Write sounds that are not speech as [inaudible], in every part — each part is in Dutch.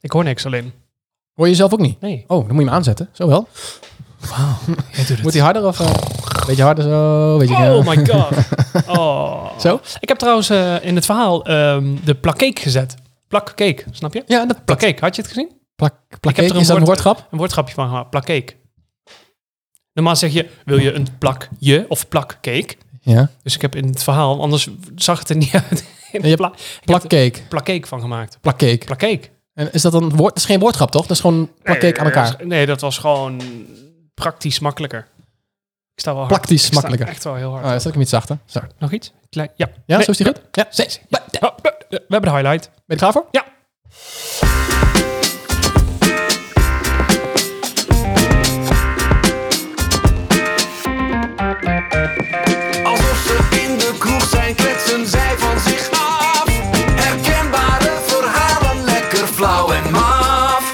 Ik hoor niks alleen. Hoor je zelf ook niet? Nee. Oh, dan moet je hem aanzetten. Zo wel. Jij doet het. Moet hij harder of... eh, beetje harder zo. Beetje, Oh my [laughs] god. Oh. Zo? Ik heb trouwens eh, in het verhaal ehm, de plakkeek gezet. Plakkeek, snap je? Ja, dat plak, Plakkeek, had je het gezien? plak, plak, er een Is dat een woord- woordgrap? Een woordgrapje van gemaakt, plakkeek. Normaal zeg je, wil je een plakje of plakkeek? Ja. Dus ik heb in het verhaal, anders zag het er niet [laughs] uit. je hebt Pla- ik heb er Plakcake. plakkeek van gemaakt. Plakcake. Plakkeek. En is dat dan een woord? Dat is geen woordgrap, toch? Dat is gewoon plakcake aan elkaar. Nee, Eh, Nee, dat was gewoon praktisch makkelijker. Ik sta wel hard. Praktisch Ik sta makkelijker. Echt wel heel hard. Oh, zet ik hem iets zachter. Zo. Nog iets? Klein- ja. Ja, Nee, zo is die goed? Ja. Zes. Ben Oh, we we hebben de highlight. je er klaar voor? Ja. Alsof ze in de kroeg zijn, kletsen zij van zich af. Herkenbare verhalen, lekker flauw en maf.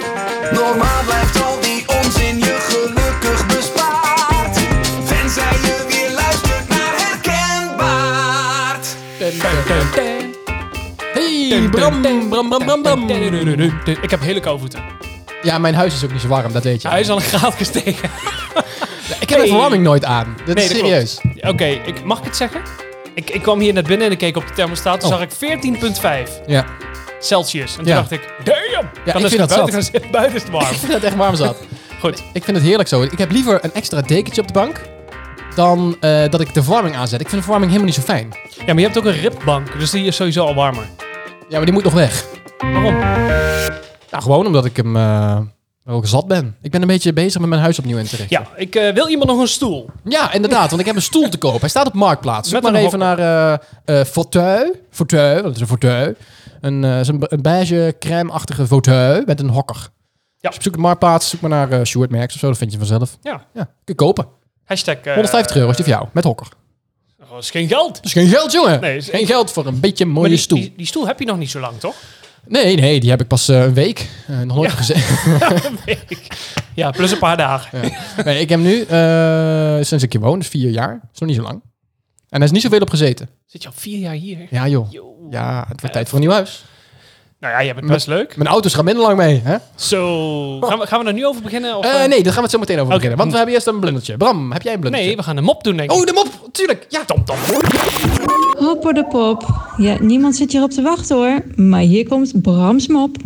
Normaal blijft al die onzin je gelukkig bespaard. Tenzij je weer luistert naar herkenbaard. Hey, Bram, Bram, Bram, Bram, Bram. Ik heb hele koude voeten. Ja, mijn huis is ook niet zo warm, dat weet je. Hij is al een graad gestegen. Ik heb de Hey. verwarming nooit aan. Dit Nee, is dat serieus. klopt. Oké, ik, mag ik het zeggen? Ik, ik kwam hier net binnen en ik keek op de thermostaat. Toen Oh. zag ik 14,5 Ja. Celsius. En toen Ja. dacht ik, damn! Ja, dan is ik vind het dat buiten, gaan zitten. buiten is het warm. Ik vind het echt warm zat. Goed. Ik vind het heerlijk zo. Ik heb liever een extra dekentje op de bank dan eh, dat ik de verwarming aanzet. Ik vind de verwarming helemaal niet zo fijn. Ja, maar je hebt ook een ribbank, dus die is sowieso al warmer. Ja, maar die moet nog weg. Waarom? Nou, gewoon omdat ik hem eh, ook zat ben. Ik ben een beetje bezig met mijn huis opnieuw in te richten. Ja, ik eh, wil iemand nog een stoel. Ja, inderdaad. Want ik heb een stoel te koop. Hij staat op Marktplaats. Zoek Met maar een even naar eh eh fauteuil. Fauteuil, want het is een fauteuil. Een, eh, zo'n be- een beige, crème-achtige fauteuil met een hokker. Ja. Dus zoek op Marktplaats. Zoek maar naar eh Stuart Merks of zo. Dat vind je vanzelf. Ja. Ja, kun je kopen. Hashtag... eh, 150 euro is die voor jou. Met hokker. Oh, dat is geen geld. Dat is geen geld, jongen. Nee, Nee, is- geen geld voor een beetje mooie Maar die, stoel. Die, die stoel heb je nog niet zo lang, toch? [laughs] Nee, nee, die heb ik pas eh, een week. eh, nog nooit gezegd. [laughs] Ja, plus een paar dagen. Nee, ik heb hem nu, eh, sinds ik hier woon, dus vier jaar. Dat is nog niet zo lang. En er is niet zoveel op gezeten. Zit je al vier jaar hier? Ja, joh. Yo. Ja, het wordt tijd voor een nieuw huis. Nou ja, jij bent best leuk. Mijn auto's gaan minder lang mee, hè? Zo, gaan we, gaan we er nu over beginnen? Of, Oh. Eh, eh, nee, daar gaan we het zo meteen over Oké. beginnen. Want we hebben eerst een blundertje. Bram, heb jij een blundertje? nee, we gaan een mop doen, denk ik. Oh, de mop! Tuurlijk! Ja, Tom, tom. Hopper de pop. Ja, niemand zit hierop te wachten hoor. Maar hier komt Brams mop.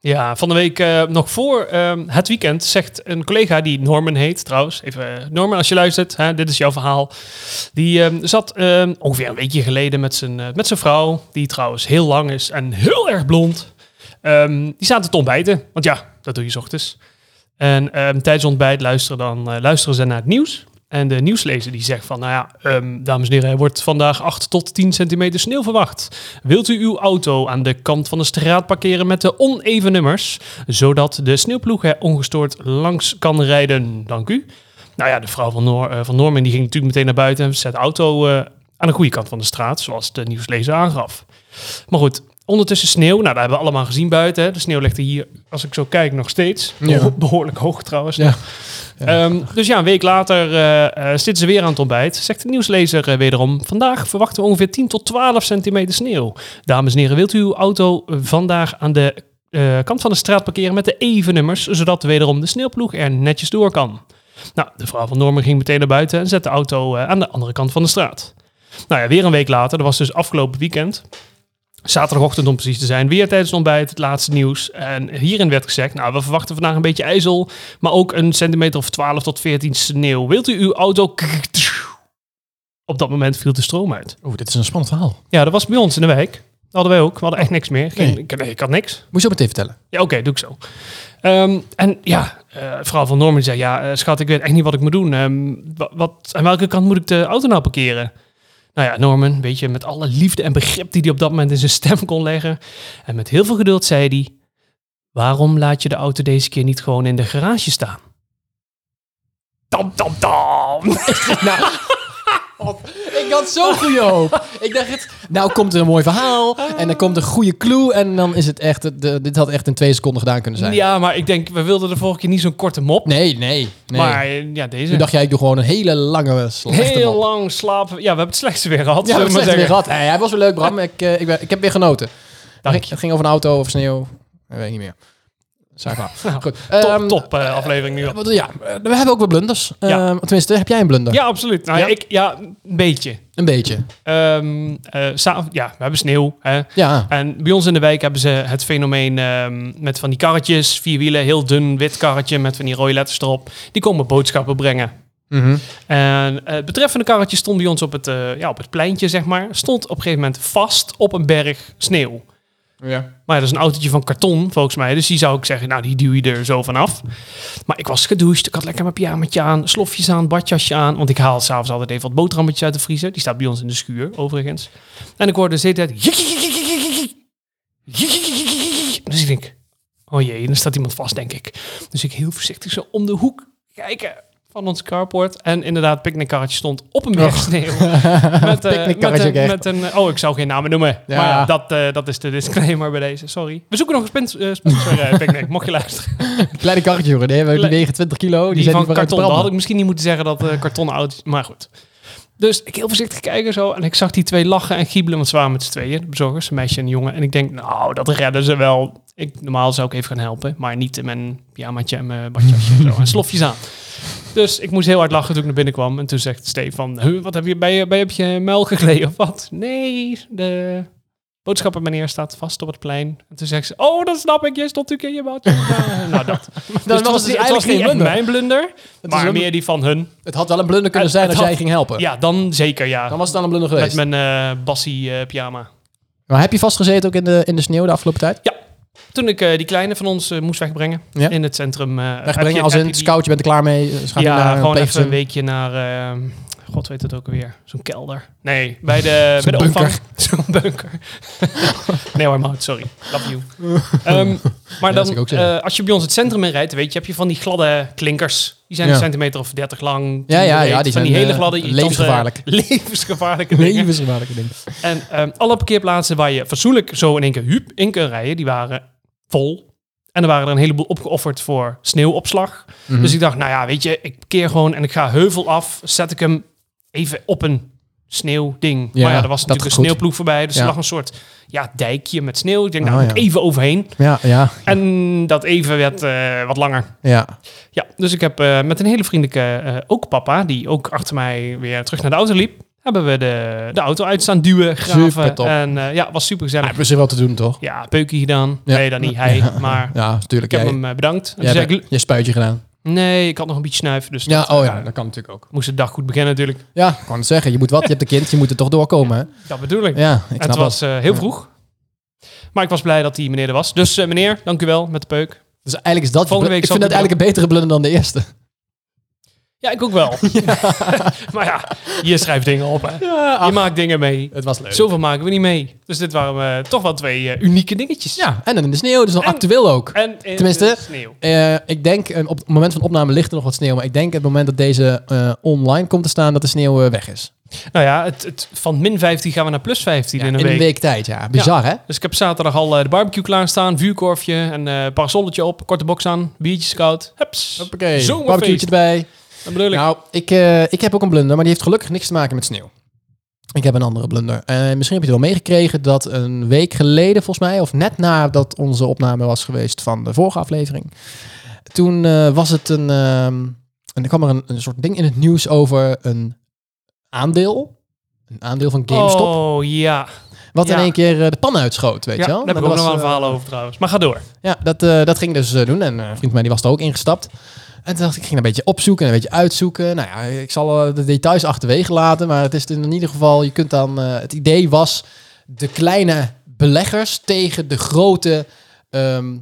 Ja, van de week eh, nog voor ehm, het weekend zegt een collega die Norman heet trouwens. Even, eh, Norman, als je luistert, hè, dit is jouw verhaal. Die ehm, zat ehm, ongeveer een weekje geleden met zijn, eh, met zijn vrouw, die trouwens heel lang is en heel erg blond. Ehm, die zaten te ontbijten, want ja, dat doe je 's ochtends. En ehm, tijdens ontbijt luisteren, dan, eh, luisteren ze naar het nieuws. En de nieuwslezer die zegt van, nou ja, ehm, dames en heren, er wordt vandaag 8 tot 10 centimeter sneeuw verwacht. Wilt u uw auto aan de kant van de straat parkeren met de oneven nummers, zodat de sneeuwploeg er ongestoord langs kan rijden? Dank u. Nou ja, de vrouw van, Noor, eh, van Norman die ging natuurlijk meteen naar buiten en zet de auto eh, aan de goede kant van de straat, zoals de nieuwslezer aangaf. Maar goed, ondertussen sneeuw. Nou, dat hebben we allemaal gezien buiten. hè. De sneeuw ligt er hier, als ik zo kijk, nog steeds. Ja. Beho- Behoorlijk hoog trouwens. Ja. Ehm, dus ja, een week later eh, eh, zitten ze weer aan het ontbijt. Zegt de nieuwslezer eh, wederom: Vandaag verwachten we ongeveer 10 tot 12 centimeter sneeuw. Dames en heren, wilt u uw auto eh, vandaag aan de eh, kant van de straat parkeren met de even nummers, zodat wederom de sneeuwploeg er netjes door kan? Nou, de vrouw van Norman ging meteen naar buiten en zette de auto eh, aan de andere kant van de straat. Nou ja, weer een week later, dat was dus afgelopen weekend. Zaterdagochtend om precies te zijn, weer tijdens het ontbijt, het laatste nieuws. En hierin werd gezegd, nou, we verwachten vandaag een beetje ijzel, maar ook een centimeter of 12 tot 14 sneeuw. Wilt u uw auto... [laughs] Op dat moment viel de stroom uit. Oeh, dit is een spannend verhaal. Moet Ja, dat was bij ons in de wijk. Dat hadden wij ook. We hadden echt niks meer. Geen, Nee. ik, nee, ik had niks. je zo meteen vertellen. Ja, oké, doe ik zo. Ehm, en ja, eh vrouw van Norman zei, ja, eh, schat, ik weet echt niet wat ik moet doen. Ehm, wa- wat, aan welke kant moet ik de auto nou parkeren? Nou ja, Norman, weet je, met alle liefde en begrip die hij op dat moment in zijn stem kon leggen. En met heel veel geduld zei hij, waarom laat je de auto deze keer niet gewoon in de garage staan? Tam, tam, tam. Nou, ik had zo'n goede hoop. Ik dacht, het, nou komt er een mooi verhaal en dan komt een goede clue en dan is het echt, de- dit had echt in twee seconden gedaan kunnen zijn. [laughs] Ja, maar ik denk, we wilden de vorige keer niet zo'n korte mop. Nee, nee, nee. Maar eh, ja, deze... Toen dacht jij, ik doe gewoon een hele lange slechte Heel mop. lang slapen. Ja, we hebben het slechtste weer gehad. Ja, we zullen hebben maar het weer zeggen. gehad. Hey, hij was wel leuk, Bram. Ik, eh, ik, ben, ik heb weer genoten. Dank Het ging over een auto of sneeuw. Dat weet ik niet meer. Zeg maar. Nou, Goed. [laughs] Top, Ehm, top eh, aflevering nu al. wat- Ja, eh, we hebben ook wel blunders. Ja. Ehm, tenminste, heb jij een blunder? Ja, absoluut. Nou, ja. Ja? Ik, ja, een beetje. Een beetje. Ehm, eh, sa- ja, we hebben sneeuw. Hè. Ja. En bij ons in de wijk hebben ze het fenomeen ehm, met van die karretjes, vier wielen, heel dun wit karretje met van die rode letters erop. Die komen boodschappen brengen. Mhm. En eh, het betreffende karretje stond bij ons op het, eh, ja, op het pleintje, zeg maar. Stond op een gegeven moment vast op een berg sneeuw. ja. Maar ja, dat is een autootje van karton, volgens mij. Dus die zou ik zeggen, nou, die duw je er zo vanaf. Maar ik was gedoucht, ik had lekker mijn pyjamaatje aan, slofjes aan, badjasje aan. Want ik haal s'avonds altijd even wat boterhammetjes uit de vriezer. Die staat bij ons in de schuur, overigens. En ik hoorde de hele tijd... "Jik, jik, jik, jik, jik, jik, jik. Jik, jik, jik, jik, jik, jik, jik." Dus ik denk, oh jee, dan staat iemand vast, denk ik. Dus ik heel voorzichtig zo om de hoek kijken van ons carport. En inderdaad, het picknickkarretje stond op een berg [laughs] sneeuw. Met, eh, Picknickkarretje met, een- ook echt. met een... Oh, ik zou geen namen noemen. Ja. Maar ja, dat, eh, dat is de disclaimer bij deze. Sorry. We zoeken nog een spons- eh, sponsor, eh, Picnic, mocht je luisteren. Kleine karretje, hoor. Die hebben die Kle- wegen 20 kilo. Oh, Die, Die, zijn van niet meer uit te karton. Dan had ik branden. misschien niet moeten zeggen dat eh karton oud is. Maar goed. Dus ik heel voorzichtig kijken zo. En ik zag die twee lachen en giebelen. Want ze waren met z'n tweeën. De bezorgers, een meisje en een jongen. En ik denk, nou, dat redden ze wel. Ik, normaal zou ik even gaan helpen. Maar niet in mijn pyjamaatje en mijn badjasje en zo. En slofjes aan. Dus ik moest heel hard lachen toen ik naar binnen kwam. En toen zegt Stefan, "Huh, wat heb je bij je, bij, heb je muil gegleden of wat? Nee, de boodschappenmeneer staat vast op het plein. En toen zegt ze, oh, dat snap ik, je stond natuurlijk in je [laughs] badje. Nou, nou, dat. Dus was het niet- eigenlijk was geen niet echt blunder. mijn blunder, maar ook- meer die van hun. Het had wel een blunder kunnen Het- zijn het als had- jij ging helpen. Ja, dan zeker, ja. Dan was het dan een blunder Met geweest. mijn eh bassie eh, pyjama. Maar heb je vastgezeten ook in de, in de sneeuw de afgelopen tijd? Eh, Toen ik eh, die kleine van ons eh, moest wegbrengen Ja. in het centrum. eh, heb Wegbrengen je- als heb in je het die- scoutje, bent er klaar mee. eh, schakel je naar Ja, een gewoon even pleegzin. een weekje naar, ehm, god weet het ook alweer, zo'n kelder. Nee, bij de, bij [laughs] Zo'n de bunker. opvang. [laughs] Zo'n bunker. nee hoor, Maud, sorry. Love you. [laughs] Ehm, maar dan, dat zou ik ook zeggen. eh, als je bij ons het centrum in rijdt, weet je, heb je van die gladde klinkers. Die zijn Ja. een centimeter of dertig lang. Ja, ja, breed, ja, van die zijn, die hele eh, gladde, irritante- levensgevaarlijk. [laughs] Levensgevaarlijke dingen. Levensgevaarlijke ding. En ehm, alle parkeerplaatsen waar je fatsoenlijk zo in één keer huup in kunt rijden, die waren vol. En er waren er een heleboel opgeofferd voor sneeuwopslag. Mhm. Dus ik dacht, nou ja, weet je, ik parkeer gewoon en ik ga heuvel af. Zet ik hem even op een sneeuwding. Ja, maar ja, er was dat natuurlijk is een goed. sneeuwploeg voorbij. Dus Ja. er lag een soort ja, dijkje met sneeuw. Ik denk, nou Ah, moet ik ja. even overheen. Ja, ja, En dat even werd eh, wat langer. ja. Ja, dus ik heb eh, met een hele vriendelijke eh, ook papa, die ook achter mij weer terug naar de auto liep, hebben we de, de auto uit staan duwen, graven. Supertop. En eh, ja, was super gezellig. Hebben ze wel te doen, toch? Ja, peukie gedaan. Ja. Nee, dan niet hij, maar Ja, ik natuurlijk. heb Jij, hem eh, bedankt. En toen jij zei hebt ik, je spuitje gedaan. nee, ik had nog een beetje snuif, dus Ja, dat, eh, oh ja, dat kan natuurlijk ook. moest de dag goed beginnen natuurlijk. Ja, ik kan het zeggen. Je moet wat, je hebt een kind, je moet er toch doorkomen. Hè? Dat bedoel ik. Ja, ik En het snap dat. was eh, heel vroeg. Maar ik was blij dat die meneer er was. Dus eh, meneer, dank u wel met de peuk. Dus eigenlijk is dat. Volgende je- week ik vind zal dat ik- eigenlijk een betere blunder dan de eerste. Ja, ik ook [laughs] wel. [laughs] maar ja, je schrijft dingen op, hè. Ja, Je maakt dingen mee. het was leuk. Zoveel maken we niet mee. Dus dit waren eh, toch wel twee eh, unieke dingetjes. Ja, en dan in de sneeuw, dus nog En- actueel ook. En in Tenminste, de sneeuw. Eh, ik denk, eh, op het moment van opname ligt er nog wat sneeuw. Maar ik denk het moment dat deze eh, online komt te staan, dat de sneeuw eh, weg is. Nou ja, het, het, van min 15 gaan we naar plus 15 in, een, week. tijd, ja. Bizar, hè? Dus ik heb zaterdag al eh, de barbecue klaarstaan, vuurkorfje, een eh parasolletje op, korte box aan, biertjes koud. Hups. Hoppakee. Zomerfeest. Barbecueetje erbij. Dan bedoel ik. Nou, ik, eh, ik heb ook een blunder, maar die heeft gelukkig niks te maken met sneeuw. Ik heb een andere blunder. Eh, misschien heb je het wel meegekregen dat een week geleden, volgens mij, of net nadat onze opname was geweest van de vorige aflevering, toen eh, was het een. ehm, en er kwam er een, een soort ding in het nieuws over een aandeel. Een aandeel van GameStop. Oh ja. wat in ja. één keer eh, de pan uitschoot, weet ja je wel. daar heb ik Dat ook nog was, wel een eh, verhaal over trouwens. Maar ga door. ja, dat, eh, dat ging ik dus eh, doen. En eh, een vriend van mij die was er ook ingestapt. En toen dacht ik, ik ging een beetje opzoeken en een beetje uitzoeken. Nou ja, ik zal eh, de details achterwege laten. Maar het is in ieder geval, je kunt dan... eh, het idee was de kleine beleggers tegen de grote... ehm,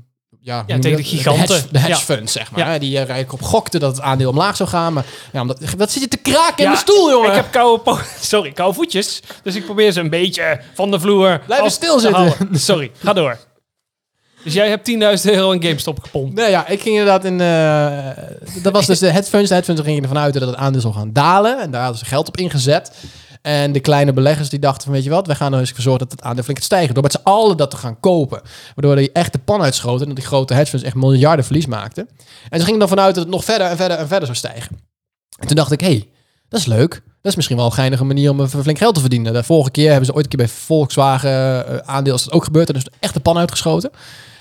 ja, hoe noem je tegen dat? de giganten. De hedge, de hedge Ja. funds, zeg maar. Ja. hè, Die er eigenlijk op gokte dat het aandeel omlaag zou gaan. Maar ja, omdat, wat zit je te kraken in Ja, mijn stoel, jongen? Ik heb koude, po- [laughs] sorry, koude voetjes. Dus ik probeer ze een beetje van de vloer Blijf af eens stilzitten. te houden. Sorry, ga door. Dus jij hebt 10.000 euro in GameStop gepompt. Nee, ja, ik ging inderdaad in... eh, dat was dus de hedge funds. De hedge funds gingen ervan uit dat het aandeel zou gaan dalen. En daar hadden ze geld op ingezet. En de kleine beleggers die dachten van, weet je wat, wij gaan er eens voor zorgen dat het aandeel flink gaat stijgen. Door met z'n allen dat te gaan kopen. Waardoor die echt de pan uitschoten en dat die grote hedge funds echt miljarden verlies maakten. En ze gingen ervan uit dat het nog verder en verder en verder zou stijgen. En toen dacht ik, hé, hey, dat is leuk. Dat is misschien wel een geinige manier om even flink geld te verdienen. De vorige keer hebben ze ooit een keer bij Volkswagen eh, aandeel is dat ook gebeurd. En dus echt de pan uitgeschoten.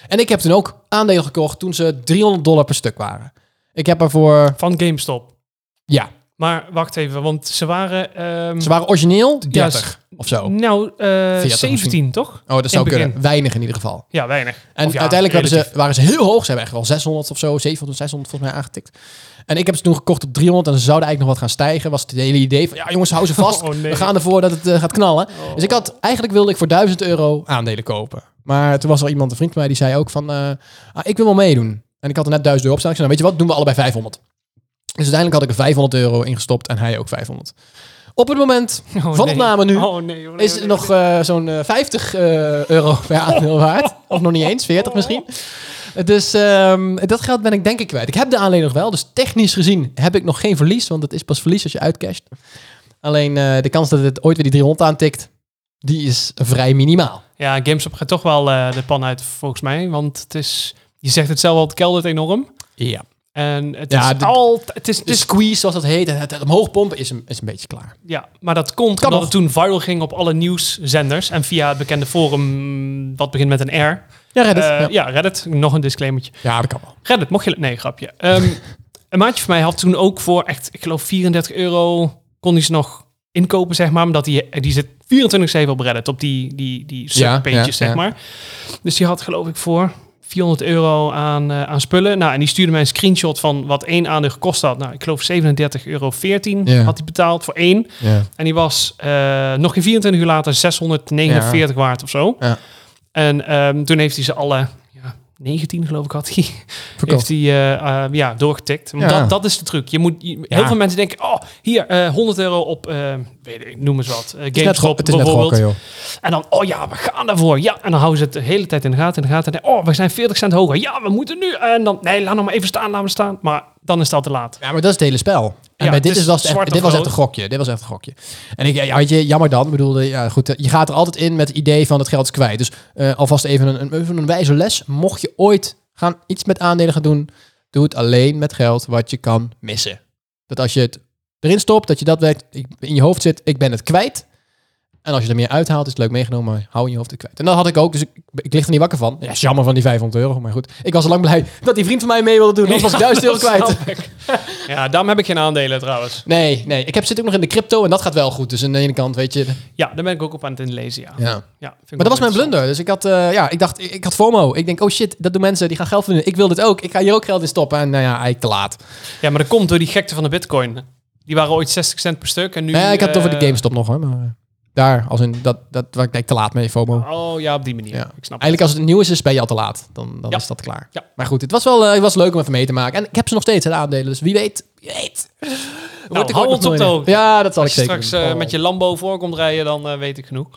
En ik heb toen ook aandelen gekocht toen ze 300 dollar per stuk waren. Ik heb ervoor, Van GameStop. ja, Maar wacht even, want ze waren... ehm, ze waren origineel 30 Juist. of zo. Nou, eh, 40 17 misschien. toch? Oh, dat In zou het begin. kunnen. Weinig in ieder geval. Ja, weinig. En Of ja, uiteindelijk hebben relatief. ze, waren ze heel hoog. Ze hebben echt wel 600 of zo, 700, 600 volgens mij aangetikt. En ik heb ze toen gekocht op 300 en ze zouden eigenlijk nog wat gaan stijgen. Was het hele idee van, ja jongens, [laughs] hou ze vast. Oh, nee. Oh. We gaan ervoor dat het eh, gaat knallen. Dus ik had, eigenlijk wilde ik voor 1000 euro aandelen kopen. Maar toen was er iemand, een vriend van mij, die zei ook van, eh, ah, ik wil wel meedoen. En ik had er net 1000 euro op staan. Ik zei, nou weet je wat, doen we allebei 500. Dus uiteindelijk had ik er 500 euro ingestopt en hij ook 500. Op het moment Oh, van nee. opname nu Oh, nee, oh, nee, is oh, het nee. nog eh, zo'n eh, 50 eh, euro [laughs] per aandeel waard. Of nog niet eens, 40 misschien. Dus ehm, dat geld ben ik denk ik kwijt. Ik heb de aandelen nog wel, dus technisch gezien heb ik nog geen verlies. Want het is pas verlies als je uitcasht. Alleen eh, de kans dat het ooit weer die 300 aantikt, die is vrij minimaal. Ja, GameStop gaat toch wel eh, de pan uit volgens mij. Want het is... Je zegt het zelf al, het keldert enorm. Ja. Dus- En het Ja, is de- altijd... Het is, het De is, squeeze, zoals dat heet, het, het omhoog pompen, is een, is een beetje klaar. ja, maar dat komt Kan omdat het nog. toen viral ging op alle nieuwszenders. En via het bekende forum, wat begint met een R. Ja, Reddit. Eh, ja. ja, Reddit. Nog een disclaimertje. ja, dat kan wel. Reddit, mocht je... Nee, grapje. [laughs] Ehm, een maatje van mij had toen ook voor echt, ik geloof 34 euro, kon hij ze nog inkopen, zeg maar. Omdat die, die zit 24-7 op Reddit, op die, die, die Ja, subpages, ja, zeg ja. maar. Dus die had geloof ik voor 400 euro aan, eh, aan spullen. Nou, en die stuurde mij een screenshot van wat één aandeel gekost had. Nou, ik geloof 37,14 euro Ja. had hij betaald voor één. Ja. En die was eh, nog geen 24 uur later 649 waard of zo. Ja. En ehm, toen heeft hij ze alle, ja, 19 geloof ik had hij, heeft Verkocht. hij eh, eh, ja, doorgetikt. Want Ja. Dat, dat is de truc. Je moet, je- heel Ja. veel mensen denken, oh, hier, eh, 100 euro op, eh, weet ik, noem eens wat, eh, Het is net, go- GameStop het is net bijvoorbeeld. gokken, joh. en dan, oh ja, we gaan daarvoor. Ja, en dan houden ze het de hele tijd in de gaten, in de gaten. En dan, oh, we zijn 40 cent hoger. Ja, we moeten nu. En dan, nee, laat nog maar even staan, laat maar staan. Maar dan is het al te laat. Ja, maar dat is het hele spel. En Ja, bij het dit, is is, was het zwart echt, of dit was echt rood. een gokje. Dit was echt een gokje. En ik, ja, weet je, jammer dan. Ik bedoel, ja, goed, eh, je gaat er altijd in met het idee van het geld is kwijt. Dus eh, alvast even een, een, even een wijze les. Mocht je ooit gaan, iets met aandelen gaan doen, doe het alleen met geld wat je kan missen. Dat als je het erin stopt, dat je dat weet, ik- in je hoofd zit, ik ben het kwijt. En als je er meer uithaalt, is het leuk meegenomen, maar hou in je hoofd het kwijt. En dat had ik ook, dus ik, ik lig er niet wakker van. Ja, is jammer van die 500 euro, maar goed. Ik was al lang blij dat die vriend van mij mee wilde doen, anders was ik [laughs] 1000 euro kwijt. Ja, daarom heb ik geen aandelen trouwens. Nee, nee. Ik heb, zit ook nog in de crypto en dat gaat wel goed. Dus aan de ene kant, weet je. Ja, daar ben ik ook op aan het inlezen, ja. Ja. Ja, vind ik Maar wel dat was mijn interessant. blunder. Dus ik had, eh, ja, ik dacht, ik, ik had FOMO. Ik denk, oh shit, dat doen mensen, die gaan geld verdienen. Ik wil dit ook. Ik ga hier ook geld in stoppen. En nou ja, eigenlijk te laat. Ja, maar dat komt door die gekte van de bitcoin. Die waren ooit 60 cent per stuk en nu... Nee, ik had het eh, over de GameStop nog, hoor. Maar eh, daar, als in, dat, dat waar ik denk, te laat mee, FOMO. Oh ja, op die manier. Ja. Ik snap Eigenlijk als het nieuw is, is ben je al te laat. Dan, dan Ja. is dat klaar. Ja. Maar goed, het was wel eh, het was leuk om even mee te maken. En ik heb ze nog steeds, hè, de aandelen. Dus wie weet, wie weet. Word Nou, hou ik ooit nog ons op de miljonair. hoogte. Ja, dat zal Als ik je zeker straks doen. eh, Oh. met je Lambo voor komt rijden, dan eh, weet ik genoeg.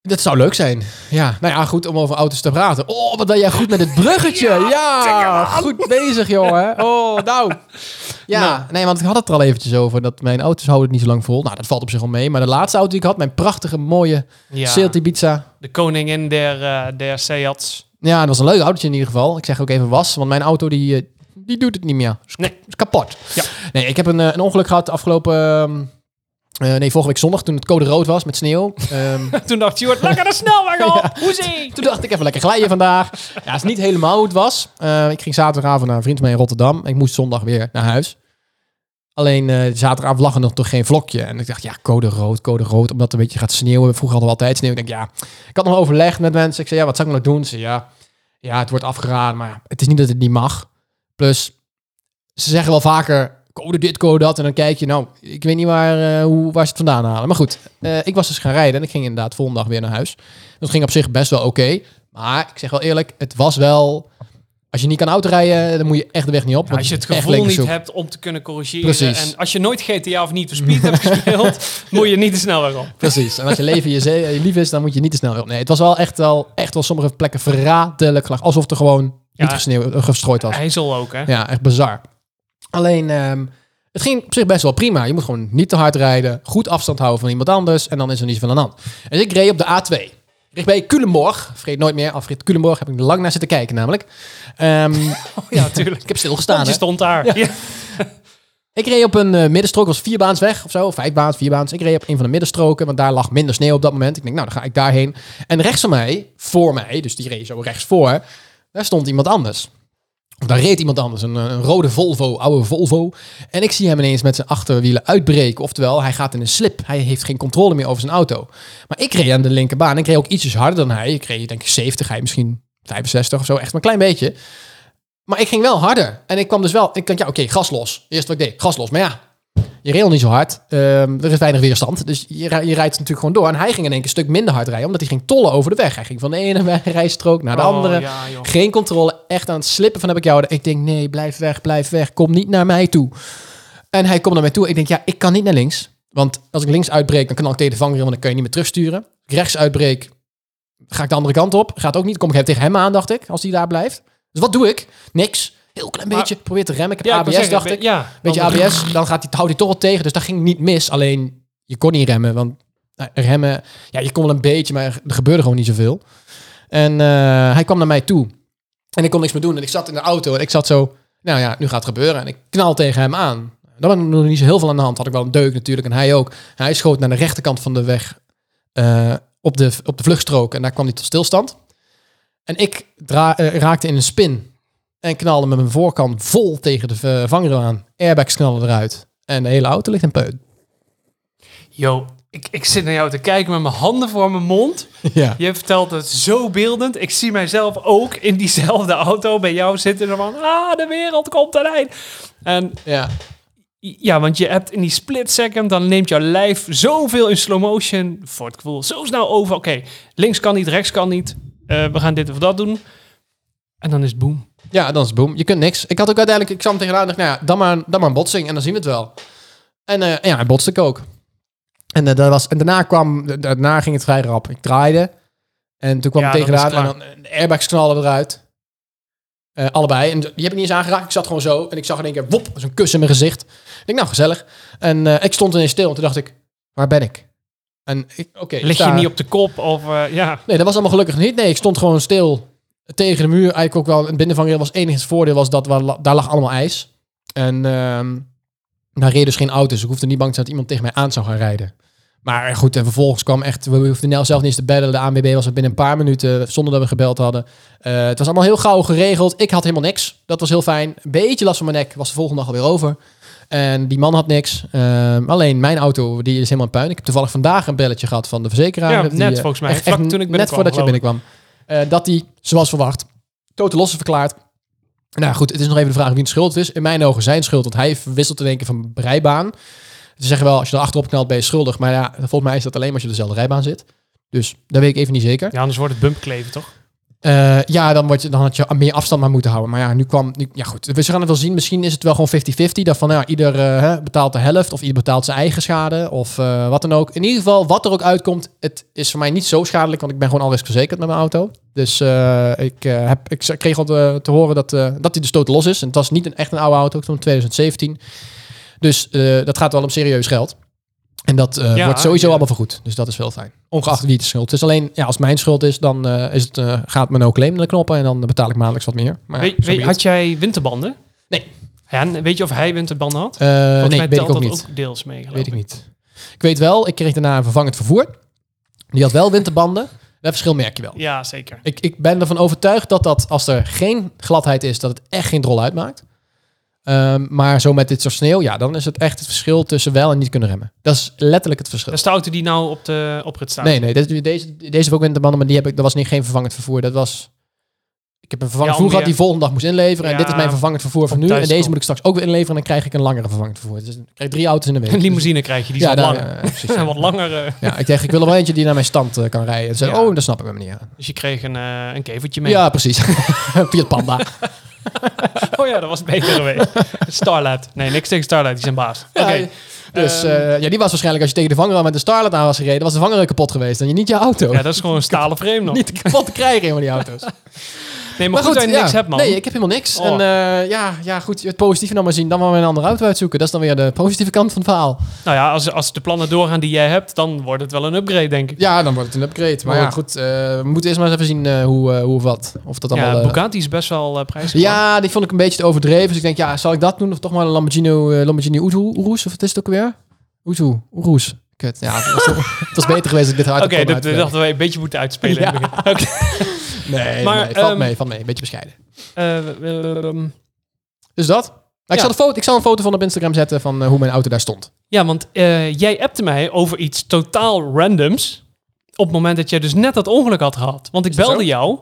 Dat zou leuk zijn. Ja, nou ja, goed om over auto's te praten. Oh, wat ben jij goed met het bruggetje. Ja, goed bezig, jongen. Oh, nou. Ja, Nou. nee, want ik had het er al eventjes over dat mijn auto's houden het niet zo lang vol. Nou, dat valt op zich al mee. Maar de laatste auto die ik had, mijn prachtige, mooie Ja, Seat Ibiza. de koningin der, eh der Seats. Ja, dat was een leuk autootje in ieder geval. Ik zeg ook even was, want mijn auto die, eh, die doet het niet meer. Is Nee. [laughs] is kapot. Ja. Nee, ik heb een, eh, een ongeluk gehad afgelopen... ehm, eh, nee, vorige week zondag toen het code rood was met sneeuw. Ehm, Toen dacht Stuart, lekker de [laughs] snelweg op! Hoezee! Toen dacht ik even lekker glijden vandaag. Ja, het is niet helemaal hoe het was. Eh, ik ging zaterdagavond naar een vriend van mij in Rotterdam. Ik moest zondag weer naar huis. Alleen eh, zaterdagavond lag er nog toch geen vlokje. En ik dacht, ja, code rood, code rood. Omdat het een beetje gaat sneeuwen. Vroeger hadden we altijd sneeuw. Ik denk, ja, ik had nog overlegd met mensen. Ik zei, ja, wat zou ik nou doen? Ze zei, ja, ja, het wordt afgeraden. Maar het is niet dat het niet mag. Plus, ze zeggen wel vaker code dit, code dat. En dan kijk je, nou, ik weet niet waar, eh, hoe, waar ze het vandaan halen. Maar goed, eh, ik was dus gaan rijden en ik ging inderdaad volgende dag weer naar huis. Dat ging op zich best wel oké. maar ik zeg wel eerlijk, het was wel... Als je niet kan autorijden, dan moet je echt de weg niet op. want als je het is echt gevoel niet linkersoep. hebt om te kunnen corrigeren. Precies. En als je nooit GTA of niet for Speed hebt gespeeld, [laughs] moet je niet de snelweg op. Precies. En als je leven je, zee- je lief is, dan moet je niet te snel weer op. Nee, het was wel echt wel, echt wel sommige plekken verraderlijk glad. Alsof er gewoon Ja. niet gesneeuw, eh, gestrooid was. IJssel ook, hè? Ja, echt bizar. Alleen, ehm, het ging op zich best wel prima. Je moet gewoon niet te hard rijden, goed afstand houden van iemand anders en dan is er niets van aan de hand. Dus ik reed op de A2. Richtbij Culemborg, vergeet nooit meer, afrit Culemborg heb ik er lang naar zitten [laughs] kijken namelijk. Ehm, Oh Ja, tuurlijk. ik heb stilgestaan. Je hè. stond daar. Ja. Ik reed op een eh, middenstrook, was vierbaans weg of zo, vijfbaans, vierbaans. Ik reed op een van de middenstroken, want daar lag minder sneeuw op dat moment. Ik denk, nou, dan ga ik daarheen. En rechts van mij, voor mij, dus die reed zo rechts voor, daar stond iemand anders. Of daar reed iemand anders, een, eh, een rode Volvo, oude Volvo. En ik zie hem ineens met zijn achterwielen uitbreken. Oftewel, hij gaat in een slip. Hij heeft geen controle meer over zijn auto. Maar ik reed aan de linkerbaan. Ik reed ook ietsjes harder dan hij. Ik reed denk ik 70, hij misschien 65 of zo. Echt maar een klein beetje. Maar ik ging wel harder. En ik kwam dus wel... Ik dacht, ja, oké, gas los. Eerst wat ik deed, gas los. Maar ja, je rail niet zo hard. Ehm, er is weinig weerstand. Dus je, ri- je rijdt natuurlijk gewoon door. En hij ging in één keer een stuk minder hard rijden. Omdat hij ging tollen over de weg. Hij ging van de ene [laughs] weg- rijstrook naar de Oh, andere. ja, joh. Geen controle. Echt aan het slippen van heb ik jou. Ik denk, nee, blijf weg, blijf weg. Kom niet naar mij toe. En hij komt naar mij toe. Ik denk, ja, ik kan niet naar links. Want als ik links uitbreek, dan knal ik tegen de vangrail. Want dan kan je niet meer terugsturen. Als ik rechts uitbreek, ga ik de andere kant op. Gaat ook niet. Kom ik tegen hem aan, dacht ik. Als hij daar blijft. Dus wat doe ik? Niks. Heel klein beetje. Probeer te remmen. Ik heb Ja, ik ABS, wou zeggen, dacht be- ik. Ja, Beetje dan- ABS, dan gaat hij, houdt hij toch wel tegen. Dus dat ging niet mis. Alleen, je kon niet remmen. Want nou, remmen, ja, je kon wel een beetje, maar er gebeurde gewoon niet zoveel. En eh, hij kwam naar mij toe. En ik kon niks meer doen. En ik zat in de auto en ik zat zo... Nou ja, nu gaat het gebeuren. En ik knal tegen hem aan. Dan was nog niet zo heel veel aan de hand. Had ik wel een deuk natuurlijk. En hij ook. Hij schoot naar de rechterkant van de weg eh, op, de, op de vluchtstrook. En daar kwam hij tot stilstand. En ik dra- eh, raakte in een spin. En knalde met mijn voorkant vol tegen de eh, vangrail aan. Airbags knallen eruit. En de hele auto ligt in peun. Yo, ik, ik zit naar jou te kijken met mijn handen voor mijn mond. Ja. Je vertelt het zo beeldend. Ik zie mijzelf ook in diezelfde auto bij jou zitten. En van, ah, de wereld komt aan eind. En ja. ja, want je hebt in die split second, dan neemt jouw lijf zoveel in slow motion voor het gevoel zo snel over. Oké, links kan niet, rechts kan niet. Eh, we gaan dit of dat doen. En dan is het boom. Ja, dan is het boem. Je kunt niks. Ik had ook uiteindelijk, ik zat hem tegenaan en dacht, nou ja, dan maar, dan maar een botsing en dan zien we het wel. En eh, ja, hij botste ik ook. En, eh, dat was, en daarna, kwam, da- daarna ging het vrij rap. Ik draaide en toen kwam Ja, ik dan is het tegenaan en dan eh, de airbags knallen eruit. Eh, allebei. En die heb ik niet eens aangeraakt. Ik zat gewoon zo en ik zag in één keer, wop, zo'n kus in mijn gezicht. Ik denk, nou, gezellig. En eh, ik stond ineens stil en toen dacht ik, waar ben ik? En ik, oké. ik Lig je sta- niet op de kop of eh, ja. Nee, dat was allemaal gelukkig niet. Nee, ik stond gewoon stil tegen de muur. Eigenlijk ook wel een binnenvangrail. Was het enige voordeel was dat waar- daar lag allemaal ijs. En ehm daar reden dus geen auto's. Ik hoefde niet bang te zijn dat iemand tegen mij aan zou gaan rijden. Maar goed, en vervolgens kwam echt... We hoefden Nel zelf niet eens te bellen. De ANWB was er binnen een paar minuten, zonder dat we gebeld hadden. Eh, het was allemaal heel gauw geregeld. Ik had helemaal niks. Dat was heel fijn. Een beetje last van mijn nek. Was de volgende dag alweer over. En die man had niks. Ehm, alleen mijn auto, die is helemaal in puin. Ik heb toevallig vandaag een belletje gehad van de verzekeraar. Ja, Dat die, net eh, volgens mij. echt- Vlak echt toen ik Net binnenkwam, voordat je geloof ik. binnenkwam. Eh, dat die, zoals verwacht, totaal losse verklaart. Nou goed, het is nog even de vraag wie het schuld is. In mijn ogen zijn schuld, want hij wisselt in één keer van rijbaan. Ze zeggen wel, als je er achterop knalt ben je schuldig. Maar ja, volgens mij is dat alleen maar als je op dezelfde rijbaan zit. Dus dat weet ik even niet zeker. ja, anders wordt het bumpkleven toch? Eh, ja, dan, word je, dan had je meer afstand maar moeten houden. Maar ja, nu kwam... Nu, ja goed, we gaan het wel zien. Misschien is het wel gewoon 50-50. Dat van, nou ja, ieder eh, hè, betaalt de helft. Of ieder betaalt zijn eigen schade. Of eh, wat dan ook. In ieder geval, wat er ook uitkomt. Het is voor mij niet zo schadelijk. Want ik ben gewoon al verzekerd met mijn auto. Dus eh, ik, eh, heb, ik z- kreeg al te, te horen dat, eh, dat hij dus totaal los is. En het was niet een, echt een oude auto. Ik toen 2017. Dus eh, dat gaat wel om serieus geld. En dat eh, Ja, wordt sowieso ja. allemaal vergoed. Dus dat is wel fijn. Ongeacht wie het schuld is. alleen, ja, als het mijn schuld is, dan eh, is het, eh, gaat men ook claim naar de knoppen. En dan betaal ik maandelijks wat meer. Maar, Weet- ja, zo weet- be had it. jij winterbanden? Nee. Ja, en weet je of hij winterbanden had? Eh, nee, weet ik ook dat niet. ook deels mee, geloof weet ik ik. niet. Ik weet wel, ik kreeg daarna een vervangend vervoer. Die had wel winterbanden. Dat verschil merk je wel. Ja, zeker. Ik, ik ben ervan overtuigd dat, dat als er geen gladheid is, dat het echt geen rol uitmaakt. Ehm, maar zo met dit soort sneeuw, ja, dan is het echt het verschil tussen wel en niet kunnen remmen. Dat is letterlijk het verschil. Dat is de auto die nou op de oprit staat. Nee, nee, deze, deze, deze heb ik ook winterbanden, maar die heb ik, dat was niet, geen vervangend vervoer. Dat was, ik heb een vervangend Ja, om vervoer gehad die weer- volgende dag moest inleveren. en Ja, dit is mijn vervangend vervoer van nu. En thuis deze komen. moet ik straks ook weer inleveren en dan krijg ik een langere vervangend vervoer. Dus ik krijg drie auto's in de [laughs] week. Een limousine krijg je, [laughs] die Dus- is ja, wat daar, langer. ja, precies, ja. [laughs] wat langer. eh. Ja, ik dacht, ik wil er wel eentje die naar mijn stand eh, kan rijden. En ze Ja. oh, dat snap ik me niet aan. Dus je kreeg een, eh, een kevertje mee. Ja, precies. [laughs] Fiat Panda. [laughs] Oh ja, dat was beter [laughs] geweest. Starlight. Nee, niks tegen Starlight, die zijn baas. Oké. Ja, dus Ehm. eh, ja, die was waarschijnlijk als je tegen de vangrail met de Starlet aan was gereden, was de [laughs] vangrail kapot geweest. En je niet je auto. Ja, dat is gewoon een stalen frame nog. [laughs] Niet kapot te krijgen, helemaal die auto's. Nee, maar, goed, dat je ja. niks hebt, man. Nee, ik heb helemaal niks. Oh. En eh, ja, ja, goed, het positieve dan maar zien. Dan maar weer een andere auto uitzoeken. Dat is dan weer de positieve kant van het verhaal. Nou ja, als, als de plannen doorgaan die jij hebt, dan wordt het wel een upgrade, denk ik. Ja, dan wordt het een upgrade. Maar Maar ja, goed, eh, we moeten eerst maar eens even zien eh, hoe, eh, hoe of wat. Of dat allemaal... Ja, eh, Bugatti is best wel eh prijzig. ja, die vond ik een beetje te overdreven. Dus ik denk, ja, zal ik dat doen? Of toch maar een Lamborghini, eh, Lamborghini Uzu- Urus? Of wat is het ook weer? Uzu, Urus. Kut, ja, het was, [laughs] het was beter geweest dat ik dit hard Oké, had dat kunnen dat uitwerken. dachten we een beetje moeten uitspelen. Ja. in het begin. [laughs] Oké. Nee, Maar, nee, valt ehm, mee, valt mee. Een beetje bescheiden. Eh, ehm, Dus dat. Maar Ik, Ja. zal de foto, ik zal een foto van op Instagram zetten van eh, hoe mijn auto daar stond. ja, want eh, jij appte mij over iets totaal randoms. Op het moment dat jij dus net dat ongeluk had gehad. Want ik dat belde zo? jou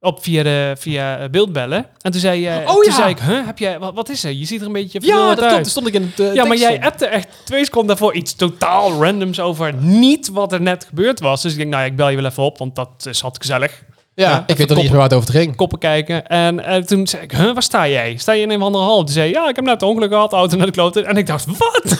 op via, de, via eh, beeldbellen. En toen zei, je, Oh, toen ja. zei ik, huh, heb jij, wat, wat is er? Je ziet er een beetje verloren uit. stond ik in het eh, Ja, maar jij tekstvorm. appte echt twee seconden daarvoor iets totaal randoms over niet wat er net gebeurd was. Dus ik denk, nou ja, ik bel je wel even op, want dat is altijd gezellig. Ja, Ja, ik weet nog niet meer waar het over ging. Koppen kijken. En eh, toen zei ik, huh, waar sta jij? Sta je in een of andere hal? Toen zei je, ja, ik heb net een ongeluk gehad, de auto naar de klote. En ik dacht, wat?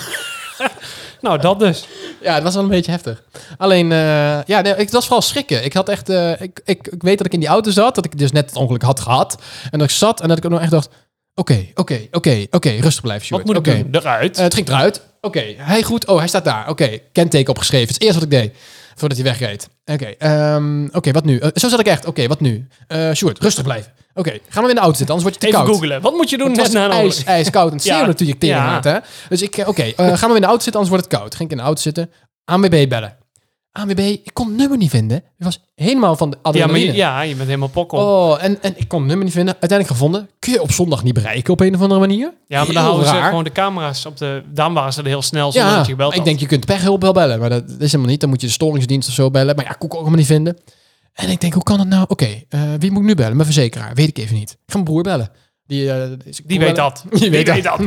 [laughs] nou, dat dus. Ja, het was wel een beetje heftig. Alleen, eh, ja, nee, ik het was vooral schrikken. Ik had echt, eh, ik, ik, ik weet dat ik in die auto zat, dat ik dus net het ongeluk had gehad. En dat ik zat en dat ik ook nog echt dacht, oké, oké, oké, oké, rustig blijven, Wat Sjoerd. moet ik Oké. doen? Eruit. Eh, het ging eruit. Oké, hij goed. Oh, hij staat daar. Oké, kenteken opgeschreven. Het is eerst wat ik deed. Voordat hij wegreed. Oké, ehm, oké, wat nu? Eh, zo zat ik echt. Oké, wat nu? Eh Sjoerd, rustig blijven. Oké, ga maar weer in de auto zitten, anders word je te even koud. googlen. Wat moet je doen Het was net na een ijs, ongeluk? ijskoud en het Ja. sneeuwde natuurlijk tegen Ja. hè. Dus ik, eh, oké, eh, ga maar weer in de auto zitten, anders wordt het koud. Ging ik in de auto zitten, ANWB bellen. ANWB, ik kon het nummer niet vinden. Ik was helemaal van de Ja, maar adrenaline. je, ja, je bent helemaal pokkel. Oh, en, en ik kon het nummer niet vinden. Uiteindelijk gevonden. Kun je op zondag niet bereiken op een of andere manier? ja, maar Heel dan houden ze raar. gewoon de camera's op de... Daarom waren ze er heel snel zonder Ja, dat je gebeld ik denk je kunt pechhulp wel bellen, maar dat is helemaal niet. Dan moet je de storingsdienst of zo bellen. Maar ja, kon ik ook helemaal niet vinden. En ik denk, hoe kan dat nou? Oké, eh, wie moet ik nu bellen? Mijn verzekeraar? Weet ik even niet. Ik ga mijn broer bellen. Die, eh, is- Die broer weet bellen. [laughs] dat. Die weet weet dat.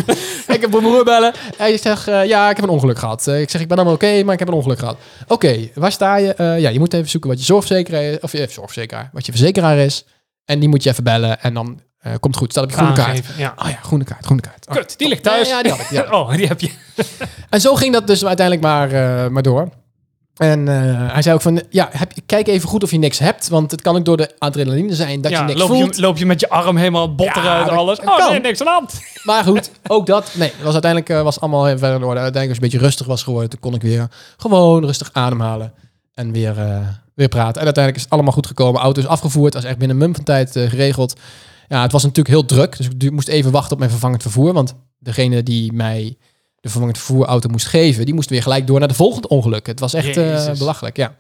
ik heb mijn broer bellen. Hij zegt, eh, ja, ik heb een ongeluk gehad. Eh, ik zeg, ik ben allemaal oké, maar ik heb een ongeluk gehad. Oké, waar sta je? Eh, ja, je moet even zoeken wat je zorgverzekeraar is. Of je eh, zorgverzekeraar. Wat je verzekeraar is. En die moet je even bellen. En dan eh, komt het goed. Stel op je groene kaart. Aangeven, Ah, ja. Oh ja, groene kaart, groene kaart. Oh. Kut, die ligt thuis. Ja, ja, die had ik, ja. [laughs] oh, die heb je. En zo ging dat dus uiteindelijk maar, eh, maar door. En eh, hij zei ook van, ja, heb, je- kijk even goed of je niks hebt. Want het kan ook door de adrenaline zijn dat je Ja, niks loop, voelt. je, loop je met je arm helemaal bot Ja, eruit dat- alles. dat oh kan. nee, niks aan de hand. Maar goed, ook dat, nee, was uiteindelijk eh, was allemaal heel verder in orde. Uiteindelijk als ik een beetje rustig was geworden, toen kon ik weer gewoon rustig ademhalen. En weer, eh, weer praten. En uiteindelijk is het allemaal goed gekomen. Auto is afgevoerd, was echt binnen een mum van tijd eh, geregeld. Ja, het was natuurlijk heel druk. Dus ik du- moest even wachten op mijn vervangend vervoer. Want degene die mij de vervangend vervoerauto moest geven, die moest weer gelijk door naar de volgende ongeluk. Het was echt eh, Jezus. belachelijk, ja.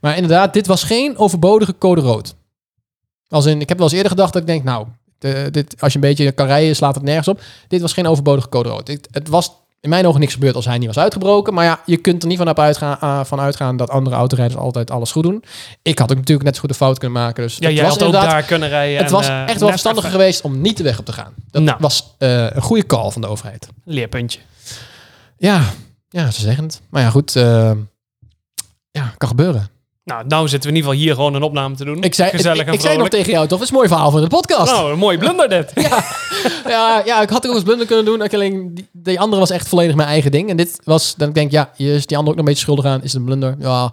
Maar inderdaad, dit was geen overbodige code rood. Als in, ik heb wel eens eerder gedacht dat ik denk, nou, de- dit, als je een beetje kan rijden, slaat het nergens op. Dit was geen overbodige code rood. Dit- het was in mijn ogen niks gebeurd als hij niet was uitgebroken. Maar ja, je kunt er niet van, op uitgaan, ah, van uitgaan dat andere autorijders altijd alles goed doen. Ik had ook natuurlijk net zo goed een fout kunnen maken. Dus Ja, het jij was had ook inderdaad- daar kunnen rijden. het en, was eh, echt wel net verstandig even geweest om niet de weg op te gaan. Dat Nou. was eh, een goede call van de overheid. een Leerpuntje. Ja, ja, ze zeggen het. Maar ja, goed. eh, ja, kan gebeuren. Nou, nou zitten we in ieder geval hier gewoon een opname te doen. Ik zei, Gezellig ik, en ik zei nog vrolijk. tegen jou, toch? Het is een mooi verhaal voor de podcast. Nou, een mooie blunder dit. Ja, ja, ik had ook eens blunder kunnen doen. Ik Alleen die, die andere was echt volledig mijn eigen ding. En dit was, dan denk ik, ja, hier is die andere ook nog een beetje schuldig aan. Is het een blunder? Ja,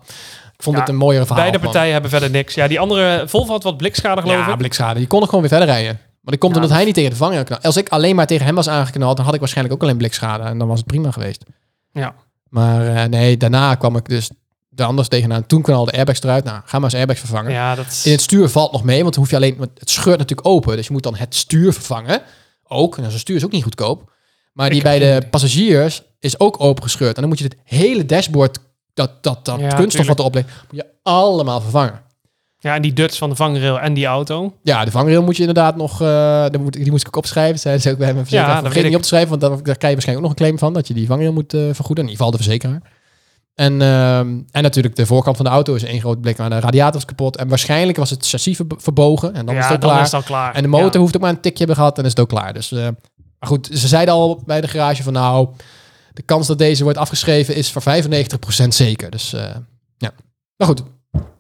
ik vond Ja, het een mooier verhaal. Beide man. partijen hebben verder niks. Ja, die andere Volvo had wat blikschade, geloof Ja, ik. blikschade. Je kon er gewoon weer verder rijden. Maar dat komt Ja, omdat hij niet tegen de vervanger knalde. Als ik alleen maar tegen hem was aangeknald, dan had ik waarschijnlijk ook alleen blikschade. En dan was het prima geweest. Ja. Maar eh, nee, daarna kwam ik dus er anders tegenaan. Toen knalde de airbags eruit. Nou, ga maar eens airbags vervangen. Ja, dat In het stuur valt nog mee, want dan hoef je alleen... want Het scheurt natuurlijk open, dus je moet dan het stuur vervangen. Ook, nou zo'n stuur is ook niet goedkoop. Maar die Ik bij heb geen de passagiers is ook opengescheurd. En dan moet je het hele dashboard, dat, dat, dat Ja, kunststof wat tuurlijk. erop ligt, moet je allemaal vervangen. ja, en die Dutch van de vangrail en die auto. Ja, de vangrail moet je inderdaad nog... eh, daar moet, die moest ik ook opschrijven. Zeiden ze ook bij mijn verzekeraar. dat Vergeet weet niet ik. op te schrijven, want daar, daar krijg je waarschijnlijk ook nog een claim van. Dat je die vangrail moet eh, vergoeden. In ieder geval de verzekeraar. En, ehm, en natuurlijk de voorkant van de auto is één groot blik. Maar de radiator is kapot. En waarschijnlijk was het chassis verb- verbogen. En dan ja, is het ook dan klaar. is het al klaar. En de motor Ah, Ja. hoeft ook maar een tikje hebben gehad. En is het ook klaar. Dus, eh, maar goed, ze zeiden al bij de garage van... Nou, de kans dat deze wordt afgeschreven is voor 95% zeker. Dus eh, ja. Maar goed,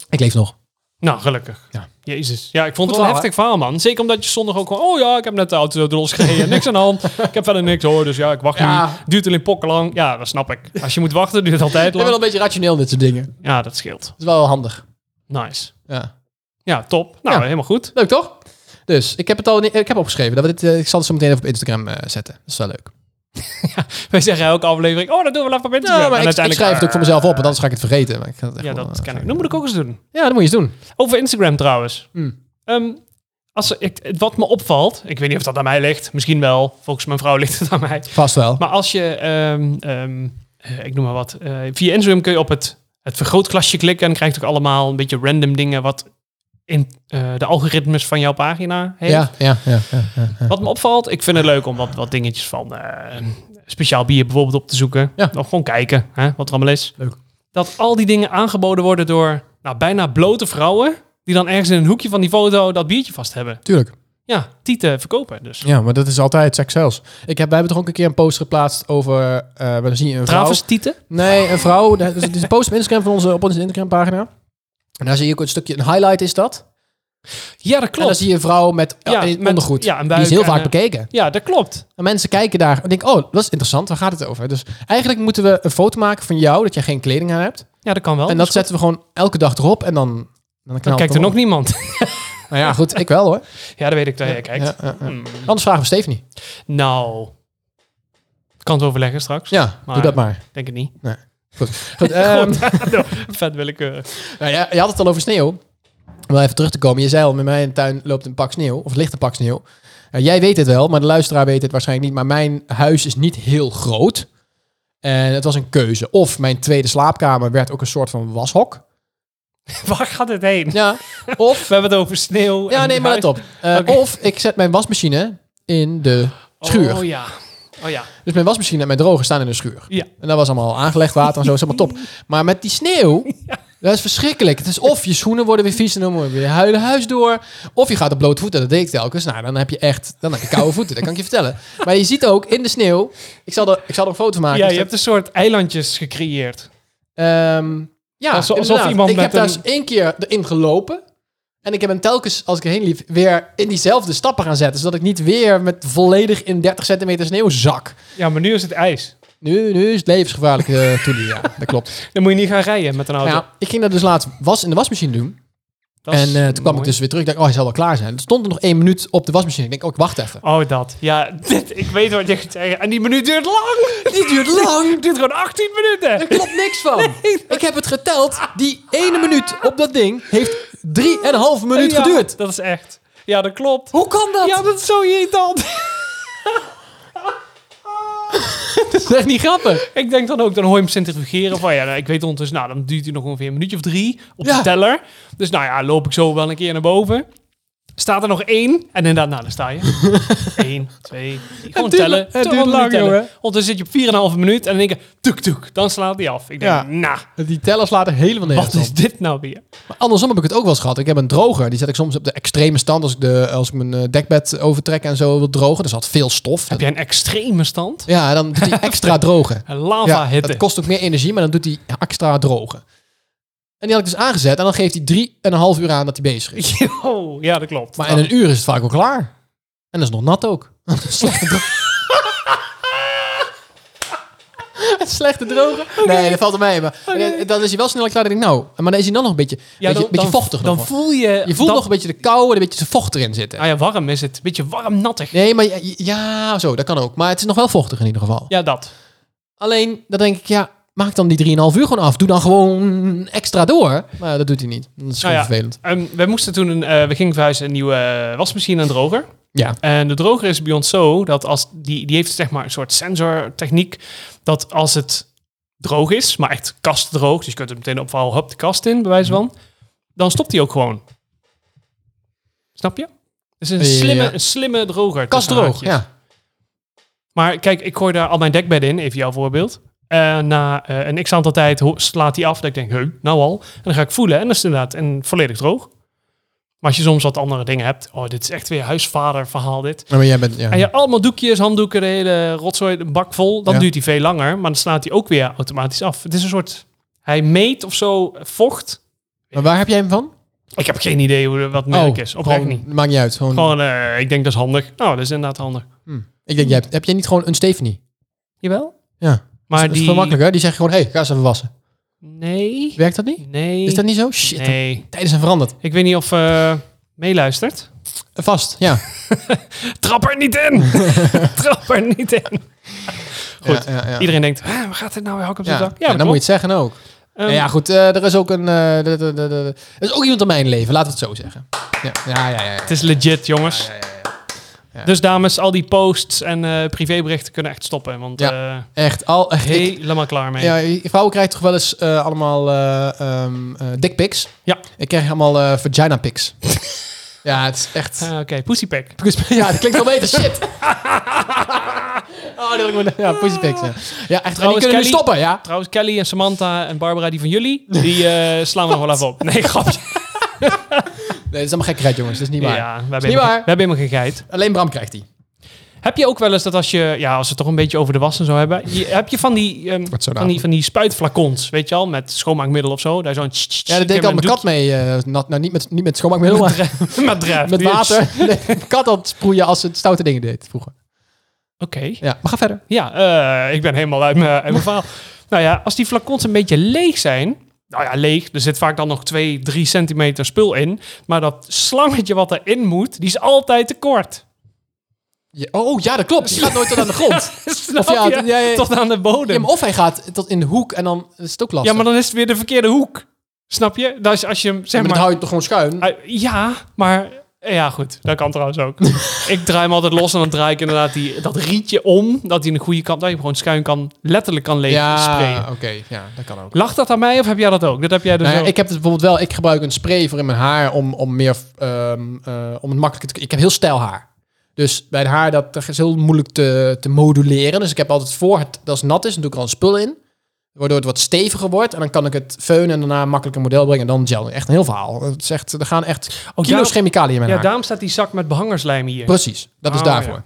ik leef nog. Nou, gelukkig. Ja. Jezus. Ja, ik vond het Goed wel een verhaal, heftig verhaal, man. Zeker omdat je zondag ook gewoon... Oh ja, ik heb net de auto losgereden. niks aan de [laughs] hand. Ik heb verder niks hoor. Dus ja, ik wacht Ja. niet. Duurt alleen pokken lang. Ja, dat snap ik. Als je moet wachten, [laughs] duurt het altijd Ik ben wel lang. een beetje rationeel in dit soort dingen. Ja, dat scheelt. Dat is wel handig. Nice. Ja. Ja, top. Nou, Ja. helemaal goed. Leuk toch? Dus ik heb het al niet- ik heb opgeschreven. Dat we dit, eh, ik zal het zo meteen even op Instagram eh, zetten. Dat is wel leuk. Wij zeggen elke aflevering, oh, dat doen we later op Instagram. Ja, maar En ik, uiteindelijk- ik eh, "Ah, schrijf het ook voor mezelf op, want anders ga ik het vergeten. Maar ik ga het echt Ja, wel, dat eh, ken ik. gaan Dat moet ik ook eens doen. doen. Ja, dat moet je eens doen. Over Instagram trouwens. Hmm. Ehm, als, ik, wat me opvalt, ik weet niet of dat aan mij ligt. Misschien wel. Volgens mijn vrouw [laughs] ligt het aan mij. Vast wel. Maar als je, ehm, ehm, eh, ik noem maar wat, eh, via Instagram kun je op het, het vergrootglasje klikken en dan krijg je ook allemaal een beetje random dingen wat in eh, de algoritmes van jouw pagina heeft. ja, ja, ja, ja, ja, ja. Wat me opvalt, ik vind het leuk om wat, wat dingetjes van eh, speciaal bier bijvoorbeeld op te zoeken. Ja. Of gewoon kijken hè, wat er allemaal is. Leuk. Dat al die dingen aangeboden worden door nou, bijna blote vrouwen. Die dan ergens in een hoekje van die foto dat biertje vast hebben. Tuurlijk. Ja, tieten verkopen dus. Ja, maar dat is altijd seks zelfs. Ik heb, wij hebben toch ook een keer een post geplaatst over... eh waar dan zie je een vrouw... Travers tieten. Nee, een vrouw. Dat is- Het is een post op Instagram van onze, op onze Instagram pagina. En daar zie je ook een stukje, een highlight is dat. Ja, dat En dan klopt. zie je een vrouw met, eh, Ja, in met- ondergoed. ja, een Die is buik heel en, vaak eh, bekeken. Ja, dat klopt. En mensen kijken daar en denken, oh, dat is interessant, waar gaat het over? Dus eigenlijk moeten we een foto maken van jou, dat jij geen kleding aan hebt. Ja, Oh, dat kan wel. en dat zetten we gewoon elke dag erop en dan... Dan, knalt dan het kijkt er nog op. niemand. [laughs] Nou ja, goed, ik wel hoor. ja, dat weet ik dat jij kijkt. Ja, ja, ja. Hmm. Anders vragen we Stephanie. Nou, kan het overleggen straks. Ja, Maar- doe dat maar. Denk het niet. [laughs] Goed, ehm, Vet eh, willekeurig. nou ja, je had het al over sneeuw. Om wel even terug te komen. Je zei al, met mij in de tuin loopt een pak sneeuw. Of ligt een pak sneeuw. Nou, jij weet het wel, maar de luisteraar weet het waarschijnlijk niet. Maar mijn huis is niet heel groot. En het was een keuze. Of mijn tweede slaapkamer werd ook een soort van washok. [laughs] Waar gaat het heen? Ja, We [laughs] of... hebben het over sneeuw. Ja, en nee, maar huis. let op. Eh, Oké. Of ik zet mijn wasmachine in de schuur. Oh ja. Oh ja. Dus mijn wasmachine en mijn droger staan in de schuur. Ja. En dat was allemaal al aangelegd, water en zo, is [laughs] allemaal top. Maar met die sneeuw, dat is verschrikkelijk. Het is of je schoenen worden weer vies en dan moet je weer huilen huis door. Of je gaat op blote voeten, dat deed ik telkens. Nou, dan heb je echt, dan heb je [laughs] koude voeten, dat kan ik je vertellen. Maar je ziet ook in de sneeuw, ik zal er, ik zal er een foto maken. ja, Dus je hebt een soort eilandjes gecreëerd. dat- ehm, ja, Alsof inderdaad. iemand ik met heb daar een- eens één keer erin gelopen. En ik heb hem telkens, als ik erheen liep, weer in diezelfde stappen gaan zetten. Zodat ik niet weer met volledig in 30 centimeter sneeuw zak. Ja, maar nu is het ijs. Nu, nu is het levensgevaarlijk, eh [laughs] Toelie. Ja, dat klopt. Dan moet je niet gaan rijden met een auto. Ja, ik ging dat dus laatst was in de wasmachine doen. Dat en is eh, toen kwam mooi. ik dus weer terug. Ik dacht, oh, hij zal wel klaar zijn. Er stond er nog één minuut op de wasmachine. Ik denk, oh, ik wacht even. Oh, dat. Ja, [laughs] dit, ik weet wat je gaat zeggen. En die minuut duurt lang. [laughs] [laughs] Die duurt lang. Het duurt gewoon 18 minuten. Er klopt niks [laughs] van. Ik heb het geteld. Die ene minuut op dat ding heeft drieënhalf minuut Ja, geduurd. Dat is echt. Ja, dat klopt. Hoe kan dat? Ja, dat is zo irritant. dat is echt niet grappig. Ik denk dan ook, dan hoor je hem centrifugeren van ja, nou, ik weet ondertussen, nou, dan duurt hij nog ongeveer een minuutje of drie op Ja. de teller. Dus nou ja, loop ik zo wel een keer naar boven. Staat er nog één en inderdaad, nou, daar sta [laughs] je. Eén, twee, drie. gewoon duurt- tellen. het duurt Gewoon lang, tellen. jongen. Ondertussen zit je op 4,5 minuut en dan denk ik, tuk tuk, dan slaat hij af. Ik denk, Ja. nou, Die teller slaat er helemaal wat nergens is op. dit nou weer? Maar andersom heb ik het ook wel eens gehad. Ik heb een droger. Die zet ik soms op de extreme stand als ik, de, als ik mijn eh, dekbed overtrek en zo wil drogen. Er zat veel stof. Heb jij een extreme stand? Ja, dan doet [laughs] hij extra drogen. Een lava hitte. Het kost ook meer energie, maar dan doet hij extra drogen. En die had ik dus aangezet en dan geeft hij drie en een half uur aan dat hij bezig is. Oh, [laughs] ja, dat klopt. Maar in een uur is het vaak al klaar. En dat is nog nat ook. [laughs] Een slechte [laughs] drogen. Een slechte drogen? Nee, dat valt er mee. Maar eh, dan is hij wel sneller klaar. Dan denk ik, nou, maar dan is hij dan nog een beetje, ja, beetje, dan- beetje dan- vochtig. Dan nog. voel je... je voelt dan- nog een beetje de kou en een beetje de vocht erin zitten. Nou ja, warm is het. Beetje warm, nattig. Nee, maar ja, ja, zo, dat kan ook. Maar het is nog wel vochtig in ieder geval. Ja, dat. Alleen, dan denk ik, ja, maak dan die 3,5 uur gewoon af. Doe dan gewoon extra door. Maar dat doet hij niet. Dat is gewoon Nou ja. vervelend. Ehm, we moesten toen, een, eh, we gingen verhuizen, een nieuwe eh, wasmachine en droger. Ja. En de droger is bij ons zo dat als die, die heeft zeg maar een soort sensortechniek dat als het droog is, maar echt kastdroog, dus je kunt het meteen opvouwen, hop de kast in, bij wijze Mhm. van, dan stopt hij ook gewoon. Snap je? Het is een Ja. slimme, een slimme droger. tussen Kastdroog, haakjes. ja. Maar kijk, ik gooi daar al mijn dekbed in, even jouw voorbeeld. En na eh, een x-aantal tijd ho- slaat hij af dat ik denk, heu, nou al. En dan ga ik voelen en dat is inderdaad en volledig droog. Maar als je soms wat andere dingen hebt, oh, dit is echt weer huisvader verhaal dit. Ja, Maar jij bent, ja. En je allemaal doekjes, handdoeken, de hele rotzooi, een bak vol. Dan Ja. duurt hij veel langer, maar dan slaat hij ook weer automatisch af. Het is een soort, hij meet of zo eh, vocht. Maar waar heb jij hem van? Ik heb geen idee hoe, wat het merk is, oprecht Oh, gewoon- niet. Maakt niet uit. Gewoon, Gewoon, eh, ik denk dat is handig. Nou, dat is inderdaad handig. ik denk, jij hebt, heb jij niet gewoon een Stephanie? Jawel. Ja. Maar dat is die, gewoon makkelijk, hè? Die zegt gewoon, hé, hey, ga eens even wassen. Nee. Werkt dat niet? Nee. Is dat niet zo? Shit, de Nee. tijden zijn veranderd. Eh, Ik weet niet of eh meeluistert. Vast, ja. Trap er niet [laughs] in! Trap er niet in! [laughs] Goed. Ja, ja, ja. Iedereen denkt, "Hè, waar gaat dit nou weer hak op de Ja, dak? en dat dan moet je klopt. het zeggen ook. Ehm, ja, goed, eh, er is ook een. eh, de- de- de- de- er is ook iemand in mijn leven, laten we het zo zeggen. Ja, ja, ja. ja, ja. Het is legit, jongens. Ja, ja, ja, ja. Dus dames, al die posts en eh, privéberichten kunnen echt stoppen. Want Ja. eh, Echt, al. echt, ik- helemaal klaar mee. ja, je vrouwen krijgen toch wel eens eh, allemaal eh ehm eh, dick pics? Ja. Ik krijg allemaal eh, vagina pics. [laughs] ja, het is echt. Ah, Oké, pussypack. Ja, dat klinkt wel beter. [laughs] Shit. oh, dat wil ik me- ja, pussy pics. Ja, ja echt. En die Trouwens, kunnen nu Kelly- stoppen, ja. [laughs] Trouwens, Kelly en Samantha en Barbara, die van jullie, die eh, slaan we nog wel even op. Nee, grapje. Nee, dat is allemaal gekheid, jongens. Dat is niet waar. Ja, we hebben, niet helemaal- waar. we hebben helemaal gegeit. Alleen Bram krijgt die. Heb je ook wel eens dat als je, ja, als we het toch een beetje over de was en zo hebben, je- heb je van die, ehm, Wordt zo van, die van die spuitflacons, weet je al, met schoonmaakmiddel of zo, daar zo'n tss, tss, Ja, dat deed ik met al mijn doek- kat mee. eh, nat- nou, niet met, niet met schoonmaakmiddel, maar [laughs] met drijft. met Die is- water. [laughs] Nee, mijn kat had sproeien als ze stoute dingen deed vroeger. Oké. Ja, maar ga verder. Ja, eh, ik ben helemaal uit mijn, uit mijn verhaal. [laughs] Nou ja, als die flacons een beetje leeg zijn. Nou ja, leeg. Er zit vaak dan nog 2, 3 centimeter spul in. Maar dat slangetje wat erin moet, die is altijd te kort. [laughs] Je- oh ja, dat klopt. Je gaat nooit tot aan de grond. Snap Of ja, je? ja, ja, ja. Tot aan de [laughs] Ja, bodem. maar of hij gaat tot in de hoek en dan is het ook Ja, lastig. maar dan is het weer de verkeerde hoek. Snap je? Dat is als je hem, Ja, zeg maar maar... dan hou je het toch gewoon schuin. Ah, ja, maar... eh, Ja, goed. Dat kan trouwens [laughs] ook. ik draai hem altijd los en dan draai ik inderdaad die, dat rietje om. Dat hij in de goede kant... Dat je hem gewoon schuin kan... Letterlijk kan leeg sprayen. oké. Ja, dat kan ook. Lacht dat aan mij of heb jij dat ook? Dat heb jij dus Nou ja, ook. ik heb het bijvoorbeeld wel. Ik gebruik een spray voor in mijn haar om, om meer ehm, eh, om het makkelijker te. Ik heb heel stijl haar. Dus bij het haar dat, dat is heel moeilijk te, te moduleren. Dus ik heb altijd voor het dat het nat is, dan doe ik er al een spul in. Waardoor het wat steviger wordt. En dan kan ik het feunen en daarna makkelijk een model brengen. En dan gel. Echt een heel verhaal. Het is echt, er gaan echt Oh, kilo's daarom- chemicaliën in mijn Ja, haar. daarom staat die zak met behangerslijm hier. Precies, dat is Oh, daarvoor.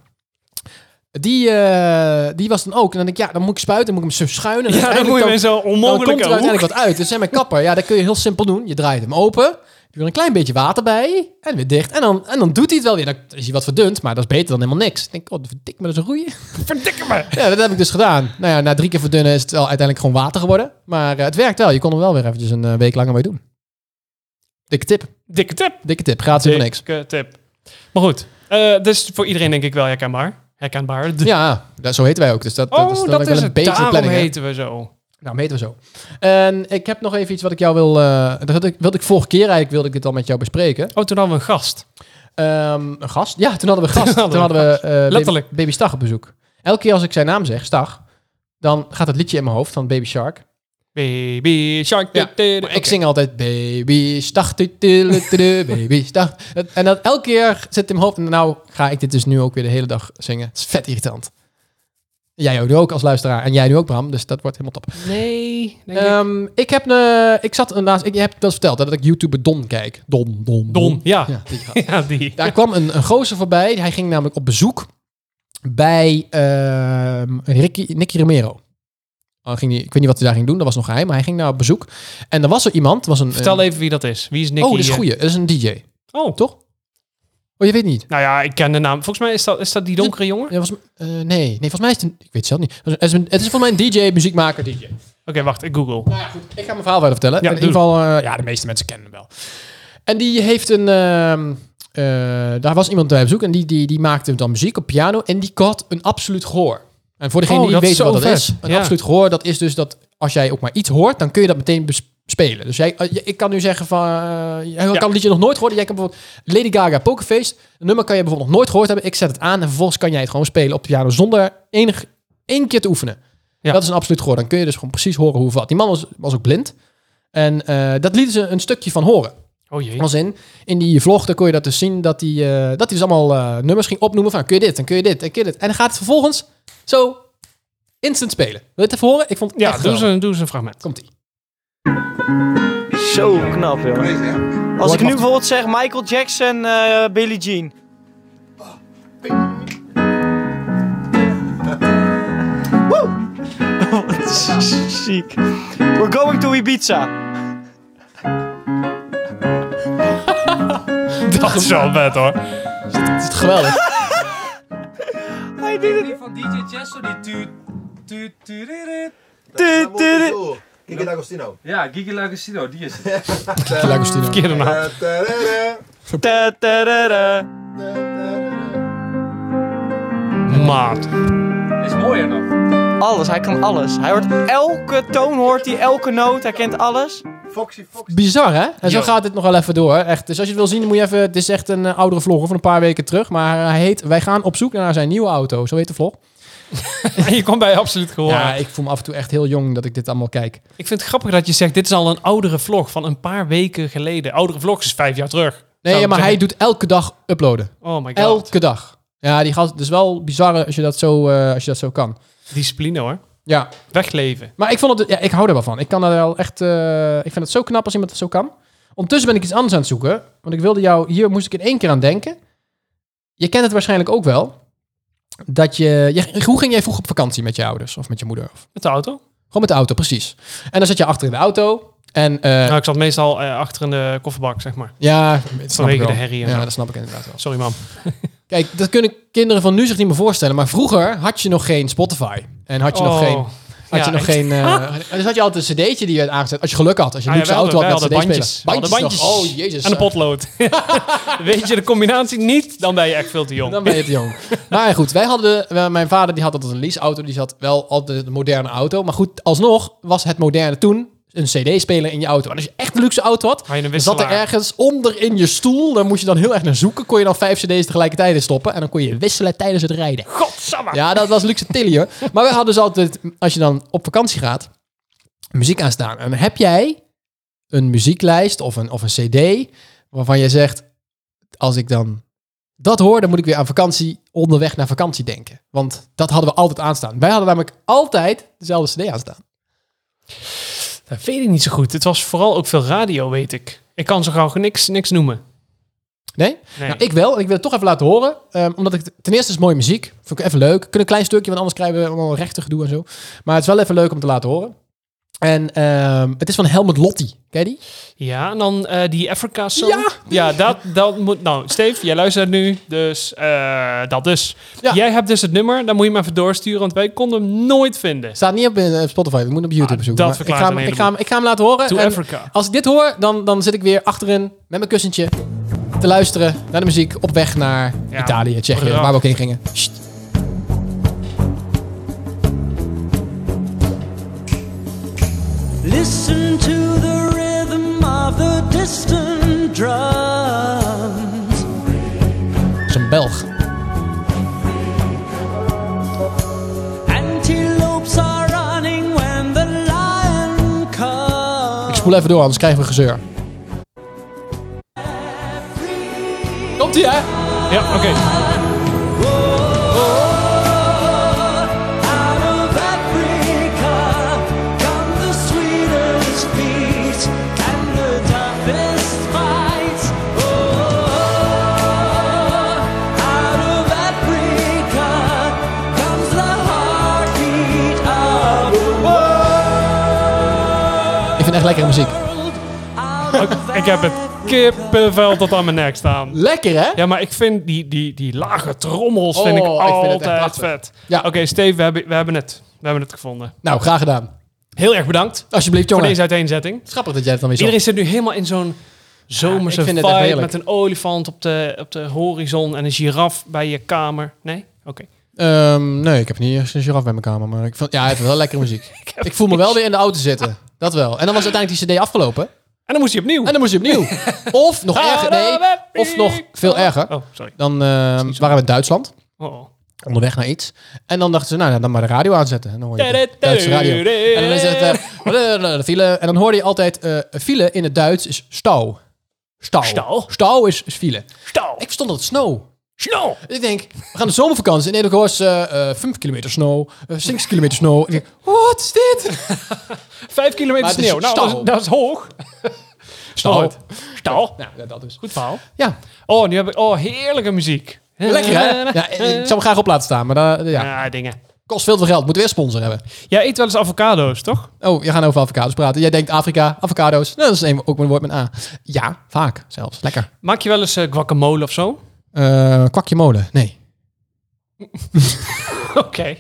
Die, eh, die was dan ook. En dan denk ik, ja, dan moet ik spuiten, dan moet ik hem zo schuinen. En ja, dan uiteindelijk moet je hem in zo'n dan komt er onmogelijke hoek. uiteindelijk wat uit. Dus zijn mijn kapper, ja, dat kun je heel simpel doen. Je draait hem open, doe er een klein beetje water bij en weer dicht. En dan, en dan doet hij het wel weer. Dan is hij wat verdund, maar dat is beter dan helemaal niks. Ik denk, oh, verdik me, dat is een roeien. [laughs] Verdikke me. Ja, dat heb ik dus gedaan. Nou ja, na drie keer verdunnen is het wel uiteindelijk gewoon water geworden. Maar eh, het werkt wel. Je kon hem wel weer eventjes een eh, week langer mee doen. Dikke tip, Dikke tip. dikke tip. Gratis voor niks. Dikke tip. Maar goed, eh, dus voor iedereen denk ik wel herkenbaar. Herkenbaar. D- Ja, dat, zo heten wij ook. Dus dat, oh, dat is dan dat ook wel is een het. beetje Daarom planning. hè? heten we zo. Nou, meten we zo. En ik heb nog even iets wat ik jou wil... eh dat wilde ik, wilde ik vorige keer eigenlijk wilde ik dit al met jou bespreken. Oh, toen hadden we een gast. Ehm, een gast? Ja, toen [laughs] hadden we een gast. Toen Toen hadden hadden, we een we eh, baby- Letterlijk. Baby, Stag op bezoek. Elke keer als ik zijn naam zeg, Stag, dan gaat het liedje in mijn hoofd van Baby Shark. Baby Shark. Ja, dit, dit, Maar oké. Ik zing altijd Baby Stag, tu, tu, lu, tu, [laughs] lu, Baby Stag. Dat- En dat elke keer zit het in mijn hoofd. En nou ga ik dit dus nu ook weer de hele dag zingen. Het is vet irritant. Jij ook, nu ook als luisteraar. En jij nu ook, Bram. Dus dat wordt helemaal top. Nee. denk ik. Ehm, ik heb een... Ik zat naast... Ik je hebt wel eens verteld hè, dat ik YouTuber Don kijk. Don, Don, Don, ja. [laughs] Ja, die gaat. Ja, die. Daar kwam een, een gozer voorbij. Hij ging namelijk op bezoek bij ehm, Ricky, Nicky Romero. Oh, ging die, ik weet niet wat hij daar ging doen, dat was nog geheim. Maar hij ging daar op bezoek. En er was er iemand. Was een, Vertel een- even wie dat is. Wie is Nicky? Oh, dat is eh? een goeie. Dat is een DJ. Oh. Toch? Oh, je weet niet. Nou ja, ik ken de naam. Volgens mij is dat, is dat die donkere jongen. Oké, Ja, was, eh, nee. nee, volgens mij is het een... Ik weet het zelf niet. Het is, een- het is volgens mij een DJ, muziekmaker, DJ. wacht. Ik google. Nou ja, goed. Ik ga mijn verhaal verder vertellen. Ja, in ieder doe. geval, eh, ja, de meeste mensen kennen hem wel. En die heeft een... ehm, eh, daar was iemand bij op bezoek en die, die, die maakte dan muziek op piano. En die had een absoluut gehoor. En voor degene Oh, die dat niet is weten zo wat dat vet. is. Een Ja. absoluut gehoor, dat is dus dat als jij ook maar iets hoort, dan kun je dat meteen bes- spelen. Dus jij, eh, je- ik kan nu zeggen van... eh, jij kan het liedje nog nooit gehoord. Jij kan bijvoorbeeld Lady Gaga Pokerface. Een nummer kan je bijvoorbeeld nog nooit gehoord hebben. Ik zet het aan en vervolgens kan jij het gewoon spelen op de piano zonder enig, één keer te oefenen. Ja. Dat is een absoluut gehoor. Dan kun je dus gewoon precies horen hoe of wat. Die man was, was ook blind. En eh, dat lieten ze een stukje van horen. Oh jee. Als in, in die vlog, dan kon je dat dus zien dat hij eh, dat hij dus allemaal eh, nummers ging opnoemen. Van kun je dit, dan kun je dit, dan kun je dit. En dan gaat het vervolgens zo instant spelen. Wil je het even horen? Ik vond het Ja, echt doe eens, een, geweldig. doe eens een fragment. [laughs] Komt-ie. Zo knap, joh. Als ik nu bijvoorbeeld zeg Michael Jackson, eh Billie Jean. Woe! [laughs] Wat Ziek. We're going to Ibiza. Dat is wel vet hoor. Het is geweldig. I did it. Die van DJ Chesso die tuut, tuut, tuut, tuut, tuut. Tuut, tuut, tuut. Kiki D'Agostino. Ja, Gigi Lagostino, die is het. Lagostino. Verkeerde naam. Eh, tadada, Ta, ta, da, da. tadada. [laughs] Maat. Is mooier nog. Alles, hij kan alles. Hij hoort elke toon, hoort hij elke noot, hij kent alles. Foxy, Foxy. Bizar, hè? En zo Yo. gaat dit nog wel even door. Echt. Dus als je het wil zien, moet je even... Het is echt een eh, oudere vlog hoor, van een paar weken terug. Maar eh, hij heet Wij gaan op zoek naar zijn nieuwe auto. Zo heet de vlog. En je kwam bij absoluut gehoor. Ja, ik voel me af en toe echt heel jong dat ik dit allemaal kijk. Ik vind het grappig dat je zegt, dit is al een oudere vlog van een paar weken geleden. Oudere vlog is vijf jaar terug. Nee, Zou ik maar hij zeggen. doet elke dag uploaden. Oh my god. Elke dag. Ja, die gast... Het is wel bizar als je dat zo, eh, als je dat zo kan. Discipline hoor. Ja, Wegleven. Maar ik, vond het, ja, ik hou er wel van. Ik, kan er wel echt, eh, ik vind het zo knap als iemand het zo kan. Ondertussen ben ik iets anders aan het zoeken. Want ik wilde jou... Hier moest ik in één keer aan denken. Je kent het waarschijnlijk ook wel. Dat je, je- Hoe ging jij vroeg op vakantie met je ouders? Of met je moeder? Of, Met de auto. gewoon met de auto, precies. En dan zat je achter in de auto. En eh, Nou, ik zat meestal eh, achter in de kofferbak, zeg maar. ja, dat snap ik Vanwege wel. de herrie en Ja, zo. dat snap ik inderdaad wel. Sorry, mam. Kijk, dat kunnen kinderen van nu zich niet meer voorstellen. Maar vroeger had je nog geen Spotify. En had je nog Oh. geen... Had Ja, je nog echt. geen... eh, dus had je altijd een cd'tje die je werd aangezet. Als je geluk had. Als je Ah, een ja, luxe wij auto hadden- had met wij hadden cd-spelers. bandjes. We hadden nog. Oh, bandjes. jezus. En een eh, potlood. Weet je de combinatie niet, dan ben je echt veel te jong. [laughs] Dan ben je te jong. maar goed, wij hadden... wel, mijn vader die had altijd een leaseauto. Die zat wel altijd een moderne auto. Maar goed, alsnog was het moderne toen een cd-speler in je auto. En als je echt een luxe auto had... Had je een dan zat er wisselaar. ergens onder in je stoel. Daar moest je dan heel erg naar zoeken. Kon je dan vijf cd's tegelijkertijd in stoppen. En dan kon je wisselen tijdens het rijden. Godsamme. Ja, dat was luxe tilly hoor. Maar we hadden dus altijd, als je dan op vakantie gaat, muziek aanstaan. En heb jij een muzieklijst of een, of een cd waarvan je zegt, als ik dan dat hoor, dan moet ik weer aan vakantie, onderweg naar vakantie denken. Want dat hadden we altijd aanstaan. Wij hadden namelijk altijd dezelfde cd aanstaan. Dat weet ik niet zo goed. Het was vooral ook veel radio, weet ik. Ik kan zo gauw niks, niks noemen. Nee? Nee. Nou, ik wel. En ik wil het toch even laten horen. ehm, omdat ik... Ten eerste is het mooie muziek. Vind ik even leuk. Kunnen een klein stukje, want anders krijgen we allemaal rechten gedoe en zo. Maar het is wel even leuk om te laten horen. En ehm, het is van Helmut Lotti. Ken je die? Ja, en dan eh, die Africa Song. Ja, ja dat, dat moet... Nou, Steve, jij luistert nu, dus eh, dat dus. Ja. Jij hebt dus het nummer, dan moet je hem even doorsturen, want wij konden hem nooit vinden. Staat niet op eh, Spotify. We moeten op YouTube Ah, zoeken. dat Maar ik, verklaart ga een hem, ik, heleboel. ga hem, ik ga hem laten horen. To En Africa. Als ik dit hoor, dan, dan zit ik weer achterin met mijn kussentje te luisteren naar de muziek op weg naar Ja, Italië, Tsjechië, prachtig. waar we ook heen gingen. Sst. Listen to the rhythm of the distant drums. Dat is een Belg. Antelopes are running when the lion comes. Ik spoel even door, anders krijgen we gezeur. Komt ie, hè? Ja, oké. Out of Africa come the sweetest beats and the toughest fights. Oh, out of Africa comes the heartbeat of the Ik vind echt lekkere muziek. world. Out of Ik heb het kippenvel tot aan mijn nek staan. Lekker, hè? Ja, maar ik vind die, die, die lage trommels Oh, vind ik ik vind het echt altijd prachtig. vet. Ja. Oké, Steve, we hebben, we hebben het. We hebben het gevonden. Nou, graag gedaan. Heel erg bedankt Alsjeblieft, voor jongen. deze uiteenzetting. Grappig dat jij het dan weer zo... Iedereen zit nu helemaal in zo'n zomerse Ja, ik vind het echt vibe heerlijk. met een olifant op de, op de horizon en een giraf bij je kamer. Nee? Oké. Ehm, nee, ik heb niet eens een giraf bij mijn kamer, maar ik vond... Ja, hij heeft wel lekkere muziek. [laughs] ik, voel me wel weer in de auto zitten. Dat wel. En dan was uiteindelijk die cd afgelopen. En dan moest hij opnieuw. En dan moest je [laughs] opnieuw. of nog erger, nee. Of nog veel erger. Oh, sorry. Dan ehm, waren we in Duitsland, Oh, oh. onderweg naar iets. En dan dachten ze, nou, dan maar de radio aanzetten. En dan hoor je de Duitse radio. En dan is het eh, de file. En dan hoorde je altijd, eh, file in het Duits is stau. Stau. Stau? Stau is, is file. Stau. Ik verstond dat het snow. Snel. Dus ik denk, we gaan de zomervakantie. En ik hoor ze eh, eh, 5 kilometer snow, eh, 6 kilometer snow. Ik denk, wat is [laughs] dit? Vijf kilometer Maar het is sneeuw. Nou, dat stau. is, dat is [laughs] hoog. Oh. Stau. Stal. Nou, ja, dat is. Goed verhaal. Ja, Oh, nu heb ik... Oh, heerlijke muziek. lekker hè? Ja, ik zou hem graag op laten staan, maar dat ja. Ja, dingen. kost veel te veel geld. Moeten we weer sponsor hebben. Jij eet wel eens avocado's, toch? Oh, je gaat over avocados praten. Jij denkt Afrika, avocado's. Nou, dat is een, ook een woord met A. Ja, vaak zelfs. Lekker. Maak je wel eens eh, guacamole of zo? Eh kwakje molen. Nee. [laughs] Oké.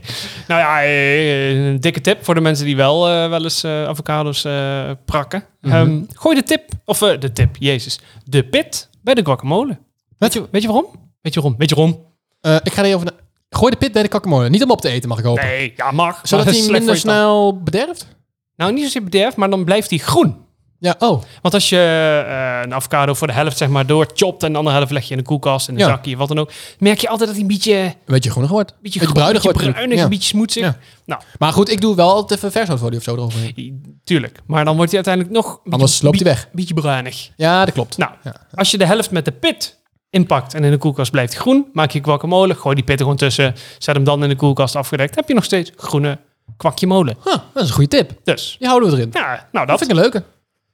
Nou ja, eh, een dikke tip voor de mensen die wel eh, wel eens eh, avocados eh, prakken. Ehm, gooi de tip, of eh, de tip, jezus. De pit bij de guacamole. Weet je, weet je waarom? Weet je waarom? Weet je waarom? Eh, ik ga er even naar... Gooi de pit bij de kakkemolen. Niet om op te eten, mag ik hopen. Nee, ja mag. [laughs] Zodat maar hij slecht voor minder je tanden. snel bederft? Nou, niet zozeer bederf, maar dan blijft hij groen. Ja, oh. Want als je eh, een avocado voor de helft zeg maar doorchopt en de andere helft leg je in de koelkast, in een Ja. zakje, wat dan ook, merk je altijd dat hij een beetje, Een beetje groenig wordt. Een beetje, beetje, bruinig een wordt. beetje bruinig, Ja. een beetje smoetsig. Ja. Nou, Maar goed, ik doe wel altijd even vershoutfolie of zo eroverheen. tuurlijk. Maar dan wordt hij uiteindelijk nog een Anders beetje- loopt hij weg. beetje bruinig. Ja, dat klopt. Nou, Ja. als je de helft met de pit inpakt en in de koelkast blijft groen, maak je guacamole, gooi die pit er gewoon tussen, zet hem dan in de koelkast afgedekt, heb je nog steeds groene kwakje molen. Huh, dat is een goede tip. Dus, Die houden we erin. ja, nou Dat dat. vind ik een leuke.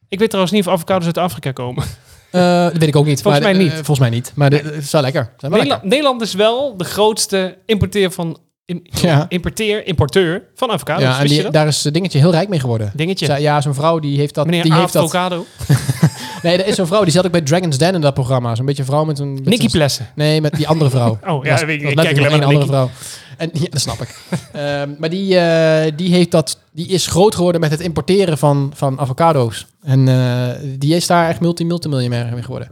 Ik weet trouwens niet of avocados uit Afrika komen. Eh, dat weet ik ook niet. Volgens maar, mij eh, niet. volgens mij niet. Maar de- het is wel lekker. Het Zijn wel Nederland, Nederland is wel de grootste importeer van... im- [laughs] Ja. Importeer, importeur van avocados. lekker. Ja, en Wist je die, dat? daar is het dingetje heel rijk mee geworden. Dingetje. Zij- ja, zo'n vrouw die heeft dat. Meneer die heeft dat. Avocado. Nee, er is zo'n vrouw die zat ook bij Dragon's Den in dat programma. Zo'n beetje een vrouw met een. met Nicky een- Plessen. Nee, met die andere [laughs] vrouw. Oh, ja, Dat is- ik- ik dat is kijk letterlijk alleen nog maar één andere vrouw. En, ja, dat snap ik. [laughs] Ehm, maar die, eh, die, heeft dat, die is groot geworden met het importeren van, van avocado's. En eh, die is daar echt multi-multimiljonair mee geworden.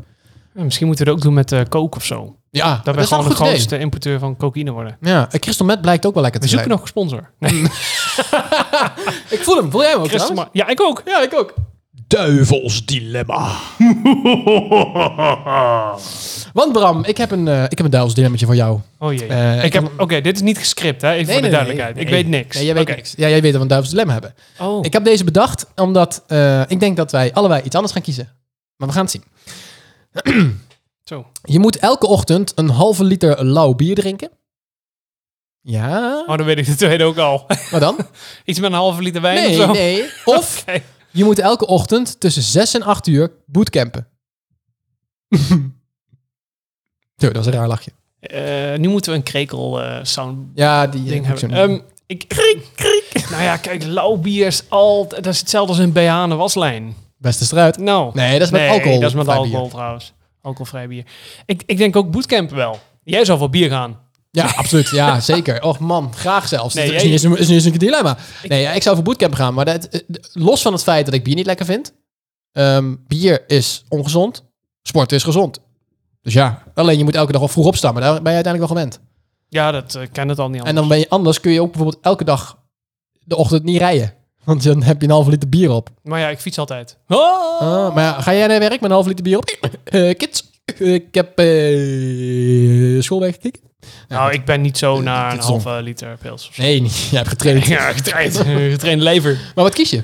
Ja, Misschien moeten we dat ook doen met eh coke of zo. Ja, Dat dat, we is wel gewoon een de goed idee. grootste importeur van cocaïne worden. Ja, en Crystal Meth blijkt ook wel lekker We te zijn. zoeken nog een sponsor. Nee, Ik voel hem. Voel jij hem ook Christel trouwens? Ma- ja, ik ook. Ja, ik ook. Duivels dilemma. [laughs] Want Bram, ik heb een, eh, ik heb een duivels dilemmetje voor jou. Oh jee. Eh, ik ik heb, heb- Oké, dit is niet gescript, hè? Even voor de duidelijkheid. nee, ik nee. weet niks. Nee, jij weet Oké. niks. Ja, jij weet dat we een duivels dilemma hebben. Oh. Ik heb deze bedacht omdat eh, ik denk dat wij allebei iets anders gaan kiezen. Maar we gaan het zien. Zo. Je moet elke ochtend een halve liter lauw bier drinken. Ja, Oh, dan [laughs] weet ik de tweede ook al. maar dan? Iets met een halve liter wijn of Nee, zo. [laughs] nee. Of Oké. je moet elke ochtend tussen 6 en 8 uur [laughs] bootcampen. Zo, dat was een raar lachje. Eh, nu moeten we een krekel eh, sound Ja, die ding heb ik zo hebben. niet. Ehm, ik, Nou ja, kijk, lauw bier is altijd... Dat is hetzelfde als een Beane waslijn. Beste struit. Nou. Nee, dat is met alcohol, dat is met vrij alcohol bier. trouwens. Alcoholvrij bier. Ik, ik denk ook bootcamp wel. Jij zou voor bier gaan. Ja, absoluut. [laughs] Ja, zeker. Och man, graag zelfs. Nee, Nee, is, jij- niet, is, is, is een dilemma. Nee, ja, ik zou voor bootcamp gaan. Maar dat, eh, los van het feit dat ik bier niet lekker vind. ehm, bier is ongezond. Sport is gezond. Dus ja, alleen je moet elke dag al vroeg opstaan. Maar daar ben je uiteindelijk wel gewend. Ja, dat eh, kan het al niet En anders. dan ben je anders kun je ook bijvoorbeeld elke dag de ochtend niet rijden. [laughs] Want dan heb je een halve liter bier op. Maar ja, ik fiets altijd. Oh! Ah, maar ja, ga jij naar werk met een halve liter bier op? [laughs] Eh, kids, eh, ik heb eh school weggekeken. nou, ik ben niet zo naar Eh, dit een is on- halve liter [laughs] pils. of zo. Nee, niet. jij hebt getraind. Ja, getraind. getraind lever. [laughs] Maar wat kies je?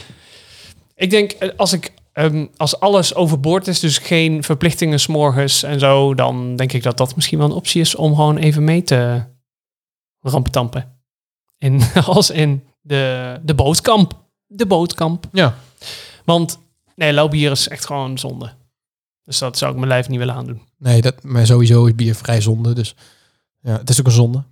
Ik denk, eh, als, ik, ehm, als alles overboord is, dus geen verplichtingen s'morgens en zo, dan denk ik dat dat misschien wel een optie is om gewoon even mee te ramptampen. In, [laughs] als in de, de bootkamp. De bootkamp. Ja. Want, nee, lauw bier is echt gewoon zonde. Dus dat zou ik mijn lijf niet willen aandoen. Nee, dat, maar sowieso is bier vrij zonde. Dus ja, het is ook een zonde.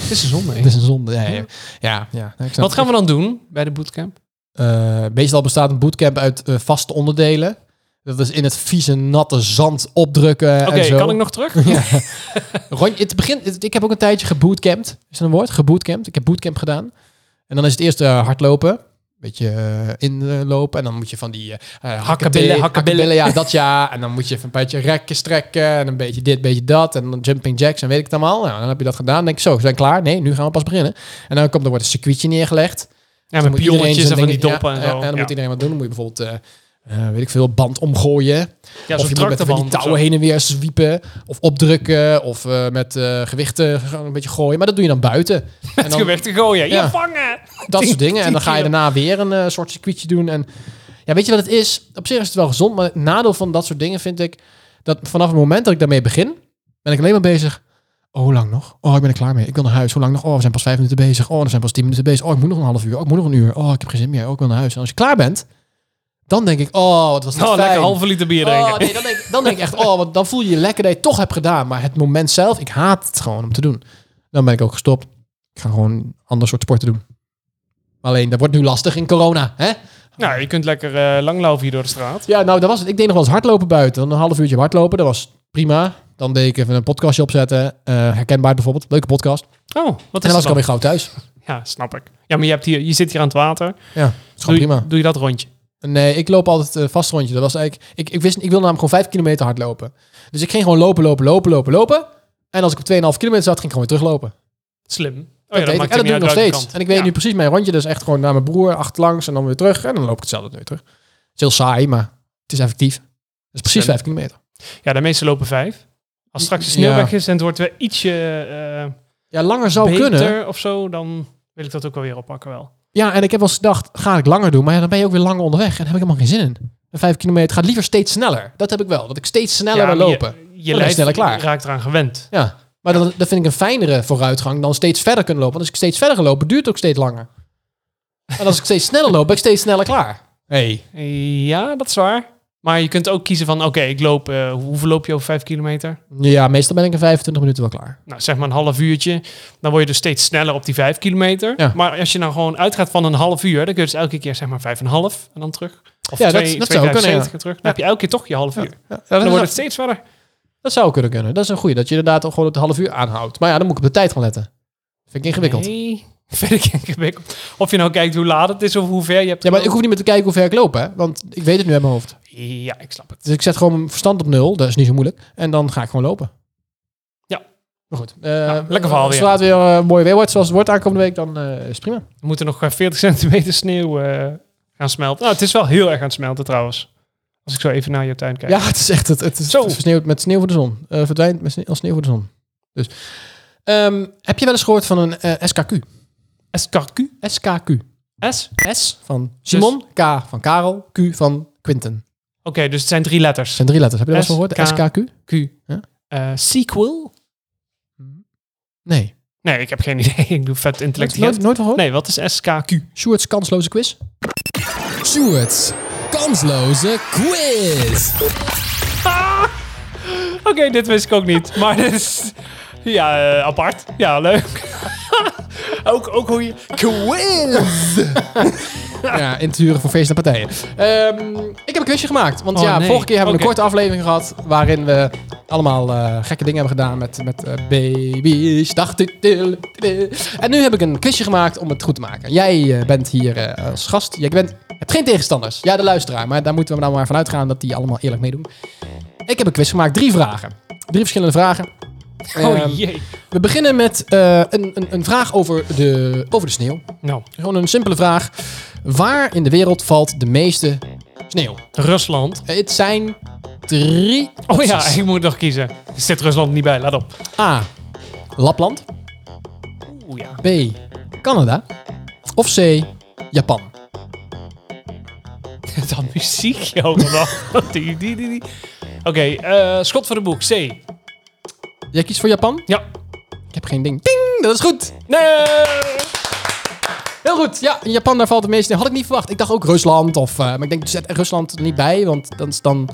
Het is een zonde. hè? Het is een zonde. Ja, ja. ja, ja. ik snap Wat gaan we dan doen bij de bootcamp? Eh, meestal bestaat een bootcamp uit eh, vaste onderdelen. Dat is in het vieze, natte zand opdrukken Oké, en zo. kan ik nog [laughs] terug? Rondje, het begin, het- ik heb ook een tijdje gebootcampt. Is dat een woord? Gebootcampt. Ik heb bootcamp gedaan. En dan is het eerst eh, hardlopen. Beetje eh, inlopen. En dan moet je van die eh, eh Hakkebillen, hakkebillen, hakkebillen. hakkebillen, ja, dat ja. En dan moet je even een beetje rekjes trekken. En een beetje dit, een beetje dat. En dan jumping jacks en weet ik het allemaal. Nou, dan heb je dat gedaan. Dan denk ik, zo, we zijn klaar. Nee, nu gaan we pas beginnen. En dan komt er wordt een circuitje neergelegd. Ja, Dan met moet iedereen pionnetjes en zijn van die dingen- doppen en ja, zo. En dan Ja. moet iedereen wat doen. Dan moet je bijvoorbeeld, eh, eh, weet ik veel, band omgooien. Ja, of zo'n je moet met van die tractorband of zo. touwen heen en weer zwiepen. Of opdrukken. Of eh, met eh, gewichten gewoon een beetje gooien. Maar dat doe je dan [laughs] buiten. En dan gewicht te gooien. Ja. Je vangen! dat soort dingen. En dan ga je kilo. daarna weer een eh, soort circuitje doen. En ja, weet je wat het is? Op zich is het wel gezond. Maar het nadeel van dat soort dingen vind ik... dat vanaf het moment dat ik daarmee begin... ben ik alleen maar bezig... Oh, hoe lang nog? Oh, ik ben er klaar mee. Ik wil naar huis. Hoe lang nog? Oh, we zijn pas vijf minuten bezig. Oh, we zijn pas tien minuten bezig. Oh, ik moet nog een half uur. Oh, ik moet nog een uur. Oh, ik heb geen zin meer. Oh, ik wil naar huis. En als je klaar bent... dan denk ik... Oh, wat was dit Oh, fijn. lekker halve liter bier drinken. Oh, nee, dan, denk, dan denk ik echt, oh, want dan voel je je lekker dat je het toch hebt gedaan. Maar het moment zelf, ik haat het gewoon om te doen. Dan ben ik ook gestopt. Ik ga gewoon een ander soort sporten doen. Alleen, dat wordt nu lastig in corona, hè? Nou, je kunt lekker eh langlopen hier door de straat. Ja, nou, dat was het. Ik deed nog wel eens hardlopen buiten. Dan een half uurtje hardlopen, dat was prima. Dan deed ik even een podcastje opzetten. eh, herkenbaar bijvoorbeeld. Leuke podcast. En Oh, wat dan is was ik dat? alweer gauw thuis. Ja, snap ik. Ja, maar je, hebt hier, je zit hier aan het water. Ja, is Doe, gewoon je- prima. Doe je dat rondje? Nee, ik loop altijd eh, vast rondje. Dat was eigenlijk, ik, ik, wist, ik wilde namelijk gewoon vijf kilometer hard lopen. Dus ik ging gewoon lopen, lopen, lopen, lopen, lopen. En als ik op 2,5 kilometer zat, ging ik gewoon weer teruglopen. Slim. Oh, ja, deed ik. maakt en dat niet uit doe ik nog welke steeds. kant. En ik weet Ja. nu precies mijn rondje. Dus echt gewoon naar mijn broer, achterlangs en dan weer terug. En dan loop ik hetzelfde weer terug. Het is heel saai, maar het is effectief. Dat is precies Slim. vijf kilometer. Ja, de meesten lopen vijf. Als straks de sneeuw Ja. weg is en het wordt weer ietsje eh, Ja, langer zou beter kunnen. of zo, dan wil ik dat ook alweer oppakken wel. Ja, en ik heb wel eens gedacht, ga ik langer doen? Maar ja, dan ben je ook weer langer onderweg. En daar heb ik helemaal geen zin in. En vijf kilometer gaat liever steeds sneller. Dat heb ik wel. Dat ik steeds sneller Ja, wil maar lopen. Je, je je lijf sneller klaar. raakt eraan gewend. Ja, maar dat, dat vind ik een fijnere vooruitgang dan steeds verder kunnen lopen. Want als ik steeds verder ga lopen, duurt het ook steeds langer. En als ik steeds sneller loop, ben ik steeds sneller klaar. Hey. Ja, dat is waar. Maar je kunt ook kiezen van, oké, ik loop, eh, hoeveel loop je over vijf kilometer? Ja, meestal ben ik in 25 minuten wel klaar. Nou, zeg maar een half uurtje. Dan word je dus steeds sneller op die vijf kilometer. Ja. Maar als je nou gewoon uitgaat van een half uur, dan kun je dus elke keer zeg maar vijf en een half en dan terug. Of Ja, dat- twee, dat zou kunnen, 2,75 ja. en terug. Dan heb je elke keer toch je half uur. Ja, En dan dat, wordt het zou, steeds verder. dat zou kunnen kunnen. Dat is een goeie. Dat je inderdaad ook gewoon het half uur aanhoudt. Maar ja, dan moet ik op de tijd gaan letten. Vind ik ingewikkeld. Nee, [laughs] vind ik ingewikkeld. Of je nou kijkt hoe laat het is of hoe ver je hebt Ja, maar ik hoef gelopen. niet meer te kijken hoe ver ik loop, hè. Want ik weet het nu uit mijn hoofd. Ja, ik snap het. Dus ik zet gewoon mijn verstand op nul. Dat is niet zo moeilijk. En dan ga ik gewoon lopen. Ja. Maar goed. eh, lekker verhaal weer. Zodra het weer eh, mooi weer wordt, zoals het wordt aankomende week, dan eh, is prima. We moeten nog eh, 40 centimeter sneeuw eh, gaan smelten. Nou, het is wel heel erg aan het smelten trouwens. Als ik zo even naar je tuin kijk. Ja, het is echt het, het is Zo. het versneeuwt met sneeuw voor de zon. Eh, verdwijnt met sneeuw, als sneeuw voor de zon. Dus. Ehm, heb je wel eens gehoord van een eh, SKQ? SKQ. SKQ. S? S van Dus- Simon, K van Karel, Q van Quinten. Het Oké, dus het zijn drie letters. zijn drie letters. Heb je dat eens gehoord? SK. SKQ? Q. Eh, sequel? Nee. Nee, ik heb geen idee. [laughs] Ik doe vet Nooit, intellectueel. nooit van gehoord? Nee, wat is SKQ? Sjoerd's kansloze quiz. Sjoerd's kansloze quiz. Oké, dit wist ik ook niet. Maar dit is... Ja, eh, apart. Ja, leuk. [laughs] ook, ook hoe je... Quiz! [laughs] ja, in het huren voor feesten en partijen. Ehm, ik heb een quizje gemaakt. Want Oh, ja, nee. vorige keer hebben we Oké. een korte aflevering gehad. Waarin we allemaal eh, gekke dingen hebben gedaan met, met eh, baby's. Dacht ik. dil, dil. En nu heb ik een quizje gemaakt om het goed te maken. Jij eh, bent hier eh, als gast. Jij bent, hebt geen tegenstanders. Ja, de luisteraar. Maar daar moeten we nou maar van uitgaan dat die allemaal eerlijk meedoen. Ik heb een quiz gemaakt. Drie vragen. Drie verschillende vragen. Ehm, Oh jee. we beginnen met eh, een, een, een vraag over de, over de sneeuw. Nou, Gewoon een simpele vraag. Waar in de wereld valt de meeste sneeuw? Rusland. Het zijn drie. Oh ja, opties. ik moet nog kiezen. Er zit Rusland niet bij, let op. A. Lapland. Oeh ja. B. Canada. Of C. Japan. Dat muziekje overal. [laughs] Die, die, die, die. Oké, eh, schot voor de boek. C. Jij kiest voor Japan? Ja. Ik heb geen ding. Ding! Dat is goed. Nee! Heel goed. Ja, in Japan daar valt de meeste sneeuw. Had ik niet verwacht. Ik dacht ook Rusland. Of, eh, maar ik denk, zet Rusland er niet bij. Want dan is dan...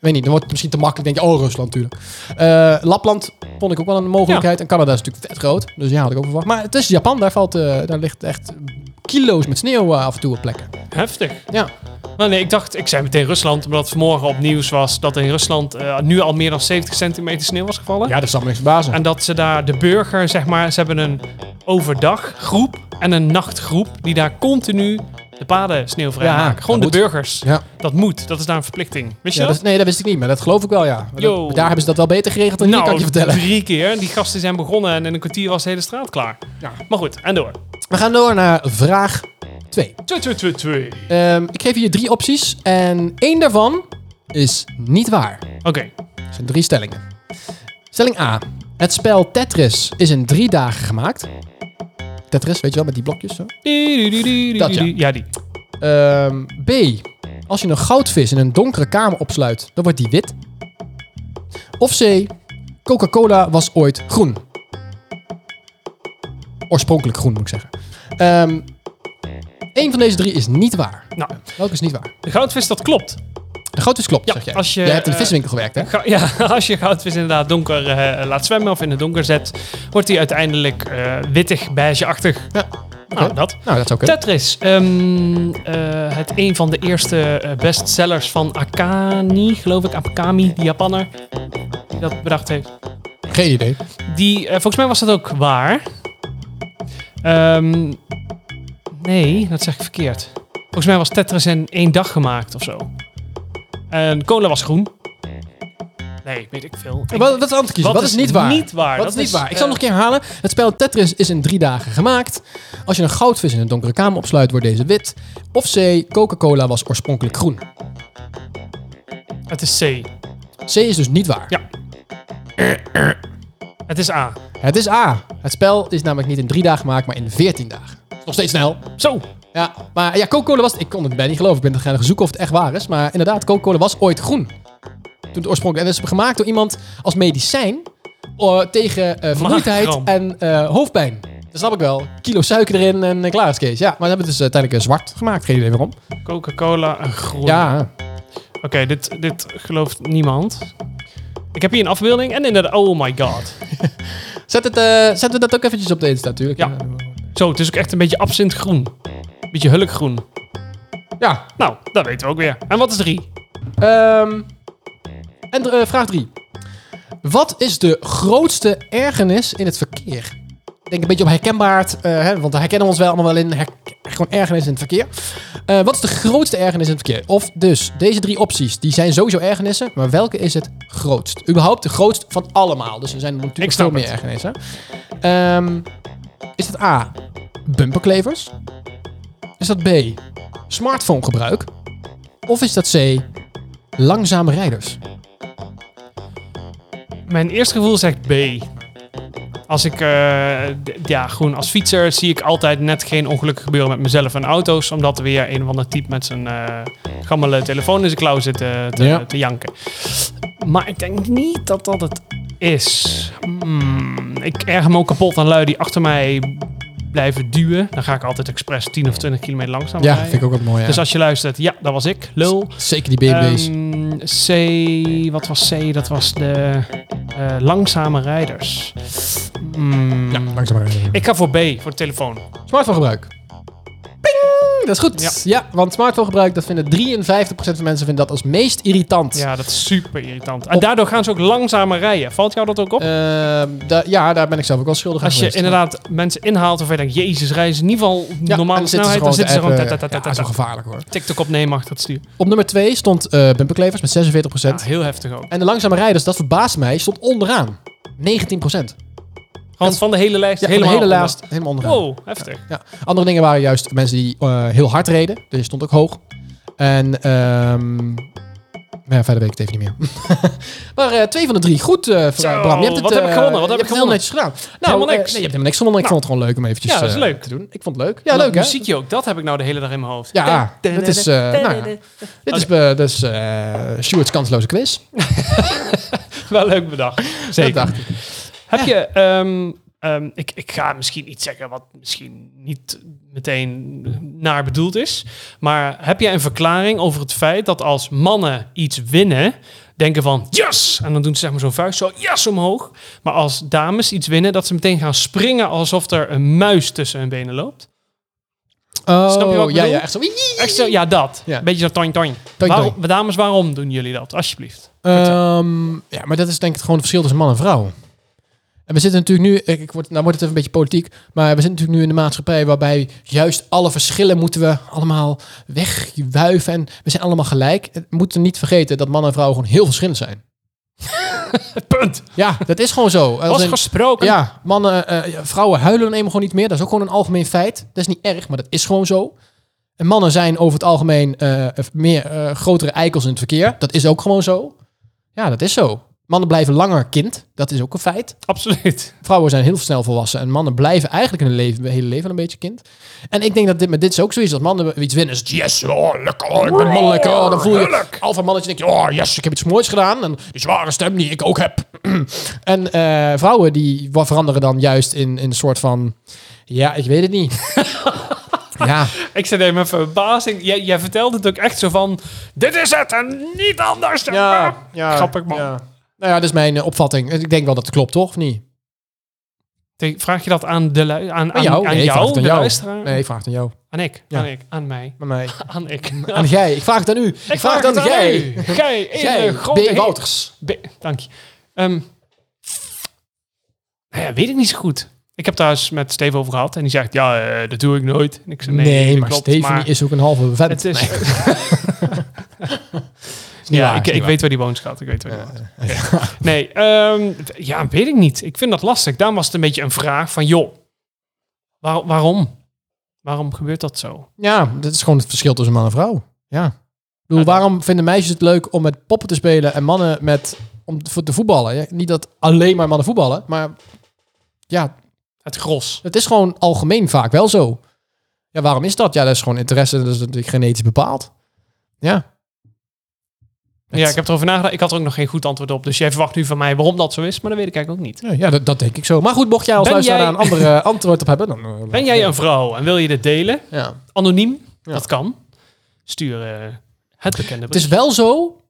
Weet niet, dan wordt het misschien te makkelijk. Denk je, oh, Rusland natuurlijk. Eh, Lapland vond ik ook wel een mogelijkheid. En Canada is natuurlijk vet groot. Dus ja, had ik ook verwacht. Maar het is Japan. Daar, valt, eh, daar ligt echt kilo's met sneeuw eh, af en toe op plekken. Heftig. Ja. Nou nee, ik dacht, ik zei meteen Rusland, omdat het vanmorgen op nieuws was dat in Rusland eh, nu al meer dan 70 centimeter sneeuw was gevallen. Ja, dat zal me niks verbazen. En dat ze daar de burger, zeg maar, ze hebben een overdaggroep en een nachtgroep die daar continu de paden sneeuwvrij Ja, maken. Gewoon de dat moet. burgers. Ja. Dat moet, dat is daar een verplichting. Wist je Ja, dat? dat, nee, dat wist ik niet, maar dat geloof ik wel, ja. Yo. daar hebben ze dat wel beter geregeld dan hier, kan ik je vertellen. Nou, drie keer. Die gasten zijn begonnen en in een kwartier was de hele straat klaar. Maar goed, en door. We gaan door naar vraag 2. Twee, twee, twee, twee. Ehm, ik geef je drie opties en één daarvan is niet waar. Oké. Dat zijn drie stellingen. Stelling A. Het spel Tetris is in drie dagen gemaakt. Tetris, weet je wel, met die blokjes zo. Die, die, die, die, die, Dat ja. die. Ja, die. Ehm, B. Als je een goudvis in een donkere kamer opsluit, dan wordt die wit. Of C. Coca-Cola was ooit groen. Oorspronkelijk groen, moet ik zeggen. Ehm Eén van deze drie is niet waar. Nou, Welke is niet waar? de goudvis, dat klopt. De goudvis klopt, Ja, zeg jij. als je, jij hebt in de eh, viswinkel gewerkt, hè? Ga- Ja, [laughs] als je goudvis inderdaad donker eh, laat zwemmen of in het donker zet, wordt die uiteindelijk eh, wittig, beigeachtig. Ja, Nou, dat. Nou, dat zou kunnen. Tetris. ehm, eh, het een van de eerste eh, bestsellers van Akani, geloof ik. Akami, die Japanner. Die dat bedacht heeft. Geen idee. Die, eh, volgens mij was dat ook waar. Ehm, nee, dat zeg ik verkeerd. Volgens mij was Tetris in één dag gemaakt of zo. En cola was groen. Nee, weet ik veel. Ik- Wat, wat is aan te kiezen? Wat, is niet waar? Niet waar. Wat Dat is niet waar? Ik zal eh, nog een keer herhalen. Het spel Tetris is in drie dagen gemaakt. Als je een goudvis in een donkere kamer opsluit, wordt deze wit. Of C, Coca-Cola was oorspronkelijk groen. Het is C. C is dus niet waar. Ja. Het is A. Het is A. Het spel is namelijk niet in drie dagen gemaakt, maar in veertien dagen. Nog steeds snel. Zo. Ja, maar ja, Coca-Cola was... Ik kon het bijna niet geloven. Ik ben gaan zoeken of het echt waar is. Maar inderdaad, Coca-Cola was ooit groen. Toen het oorspronkelijk... En dat is gemaakt door iemand als medicijn eh, tegen eh, vermoeidheid Maagkramp. en eh, hoofdpijn. Dat snap ik wel. Kilo suiker erin en eh, klaar is Kees. Ja, maar dan hebben we het dus uiteindelijk eh, zwart gemaakt. Geen idee waarom. Coca-Cola en groen. Ja, Oké, dit, dit gelooft niemand. Ik heb hier een afbeelding en inderdaad, oh my god. zet het, eh, zetten we dat ook eventjes op de Insta natuurlijk. Ja. Zo, het is ook echt een beetje absintgroen. Beetje hulkgroen. ja. Nou, dat weten we ook weer. En wat is drie? Ehm, en eh, vraag 3. Wat is de grootste ergernis in het verkeer? Ik Denk een beetje op herkenbaarheid, eh, hè, want daar herkennen we ons wel allemaal wel in. Her- gewoon ergernis in het verkeer. Eh, wat is de grootste ergernis in het verkeer? Of dus, deze drie opties, die zijn sowieso ergernissen, maar welke is het grootst? Überhaupt de grootst van allemaal. Dus er zijn er Ik natuurlijk snap veel meer ergernissen. Ehm, is het A, bumperklevers? Is dat B, smartphone gebruik? Of is dat C, langzame rijders? Oh, Mijn eerste gevoel zegt B. Als ik, eh, d- ja, gewoon als fietser zie ik altijd net geen ongelukken gebeuren met mezelf en auto's. Omdat er weer een of ander type met zijn eh gammele telefoon in zijn klauw zit eh, te, Ja. te janken. Maar ik denk niet dat dat het is. Hmm, ik erger me ook kapot aan lui die achter mij blijven duwen. Dan ga ik altijd expres 10 of 20 kilometer langzaam Ja, rijden. vind ik ook wat mooi. Ja. Dus als je luistert, ja, dat was ik. Lul. Zeker die BMW's. Ehm, C, wat was C? Dat was de eh, langzame rijders. Hmm. langzame rijders. Ik ga voor B, voor de telefoon. Smartphonegebruik. Ping! Dat is goed. Ja, want smartphonegebruik, dat vinden 53% van mensen vinden dat als meest irritant. Ja, dat is super irritant. En daardoor gaan ze ook langzamer rijden. Valt jou dat ook op? Ehm, da- ja, daar ben ik zelf ook wel schuldig aan Als je geweest. inderdaad mensen inhaalt of je denkt, jezus, rijden ze in ieder geval Ja, en normale dan zitten snelheid, dan zitten ze te gewoon... appen. tat, tat, Ja, tat, dat is wel tat, tat. gevaarlijk hoor. TikTok op nee mag dat sturen. Op nummer 2 stond eh bumperklevers met 46%. Ja, heel heftig ook. En de langzame rijders, dat verbaast mij, stond onderaan. 19%. Gewoon van de hele lijst, Ja, helemaal helemaal de hele onder. laatst, helemaal onderaan. Wow, heftig. Ja. Andere dingen waren juist mensen die eh, heel hard reden. Dus je stond ook hoog. En ehm ja, verder weet ik het even niet meer. [laughs] maar eh, twee van de drie goed, eh Zo, Bram. Je hebt het, wat heb ik eh, gewonnen? Wat je heb ik hebt het heel gewonnen? netjes gedaan. Nou, Helemaal eh, niks. nee, je hebt helemaal niks gewonnen. Nou. Ik vond het gewoon leuk om eventjes Ja, dat is eh, leuk. te doen. Ik vond het leuk. Ja, leuk hè? dat muziekje ook, dat heb ik nou de hele dag in mijn hoofd. Ja, dit is, eh, nou, ja. dit is, eh, dus, eh Stuart's kansloze quiz. [laughs] Wel leuk bedacht. Zeker. Dat dacht ik. Heb je, ehm, ehm, ik, ik ga misschien iets zeggen wat misschien niet meteen naar bedoeld is. Maar heb jij een verklaring over het feit dat als mannen iets winnen, denken van yes! En dan doen ze zeg maar zo'n vuist zo yes omhoog. Maar als dames iets winnen, dat ze meteen gaan springen alsof er een muis tussen hun benen loopt. Oh, Snap je wat ik ja, bedoel? ja, echt zo. Echt zo, ja dat. Ja. Beetje zo toin toin. toin. Waarom- Dames, waarom doen jullie dat? Alsjeblieft. Ehm, ja, maar dat is denk ik gewoon het verschil tussen man en vrouw. En we zitten natuurlijk nu, ik ik word, nou wordt het even een beetje politiek, maar we zitten natuurlijk nu in de maatschappij waarbij juist alle verschillen moeten we allemaal wegwuiven en we zijn allemaal gelijk. We moeten niet vergeten dat man en vrouw gewoon heel verschillend zijn. Punt. Ja, dat is gewoon zo. Als Was in- gesproken. ja, mannen, eh, ja, vrouwen huilen dan eenmaal gewoon niet meer. Dat is ook gewoon een algemeen feit. Dat is niet erg, maar dat is gewoon zo. En mannen zijn over het algemeen eh, meer eh, grotere eikels in het verkeer. Dat is ook gewoon zo. Ja, dat is zo. Mannen blijven langer kind. Dat is ook een feit. Absoluut. Vrouwen zijn heel snel volwassen. En mannen blijven eigenlijk hun leven, hun hele leven een beetje kind. En ik denk dat dit, met dit is ook zoiets. Als mannen iets winnen, is het yes, oh, lekker, oh, ik ben mannelijk. Oh, dan voel je alpha mannetje, denk je, oh yes, ik heb iets moois gedaan. En die zware stem die ik ook heb. [clears throat] en eh, vrouwen die wa- veranderen dan juist in, in een soort van, ja, ik weet het niet. [laughs] ja, Ik zat in mijn verbazing. Jij, jij vertelde het ook echt zo van... Dit is het en niet anders. ja, Grappig man. Nou ja, dat is mijn eh, opvatting. Ik denk wel dat het klopt, toch? Of niet? Te- Vraag je dat aan, de, lu- aan, aan, aan Nee, ik vraag jou, het de aan jou. luisteraar? Nee, ik vraag het aan jou. Aan ik, Ja. aan ik, aan mij, Maar nee. aan ik. [laughs] Aan jij. Ik vraag het aan u. Ik, vraag het aan jij. u. Gij, Jij, ene grote B. heer. Wouters. Be- Dank je. Ehm, nou ja, weet ik niet zo goed. Ik heb daar eens met Steve over gehad en die zegt, ja, eh, dat doe ik nooit. En ik zei, nee, Nee, dat maar klopt, Stephanie maar is ook een halve vent. het is... Nee, is niet ja, waar, ik, is niet ik waar. weet waar die woont, schat. Ik weet waar die woont. [laughs] Oké. Nee, ehm, ja, weet ik niet. Ik vind dat lastig. Daarom was het een beetje een vraag van, joh, waar- waarom? Waarom gebeurt dat zo? Ja, dat is gewoon het verschil tussen man en vrouw. Ja. Ik bedoel, waarom vinden meisjes het leuk om met poppen te spelen en mannen met, om te- voor te voetballen? Ja, niet dat alleen maar mannen voetballen, maar ja, Het gros. het is gewoon algemeen vaak wel zo. Ja, waarom is dat? Ja, dat is gewoon interesse, dat is natuurlijk genetisch bepaald. Ja. Ja, ik heb erover nagedacht. Ik had er ook nog geen goed antwoord op. Dus jij verwacht nu van mij waarom dat zo is, maar dat weet ik eigenlijk ook niet. Ja, dat, dat denk ik zo. Maar goed, mocht jij als Ben luisteraar jij- daar een andere [laughs] antwoord op hebben, dan... eh, Ben jij een vrouw en wil je dit delen? Ja. anoniem, Ja. dat kan. Stuur eh, het bekende Het is wel zo,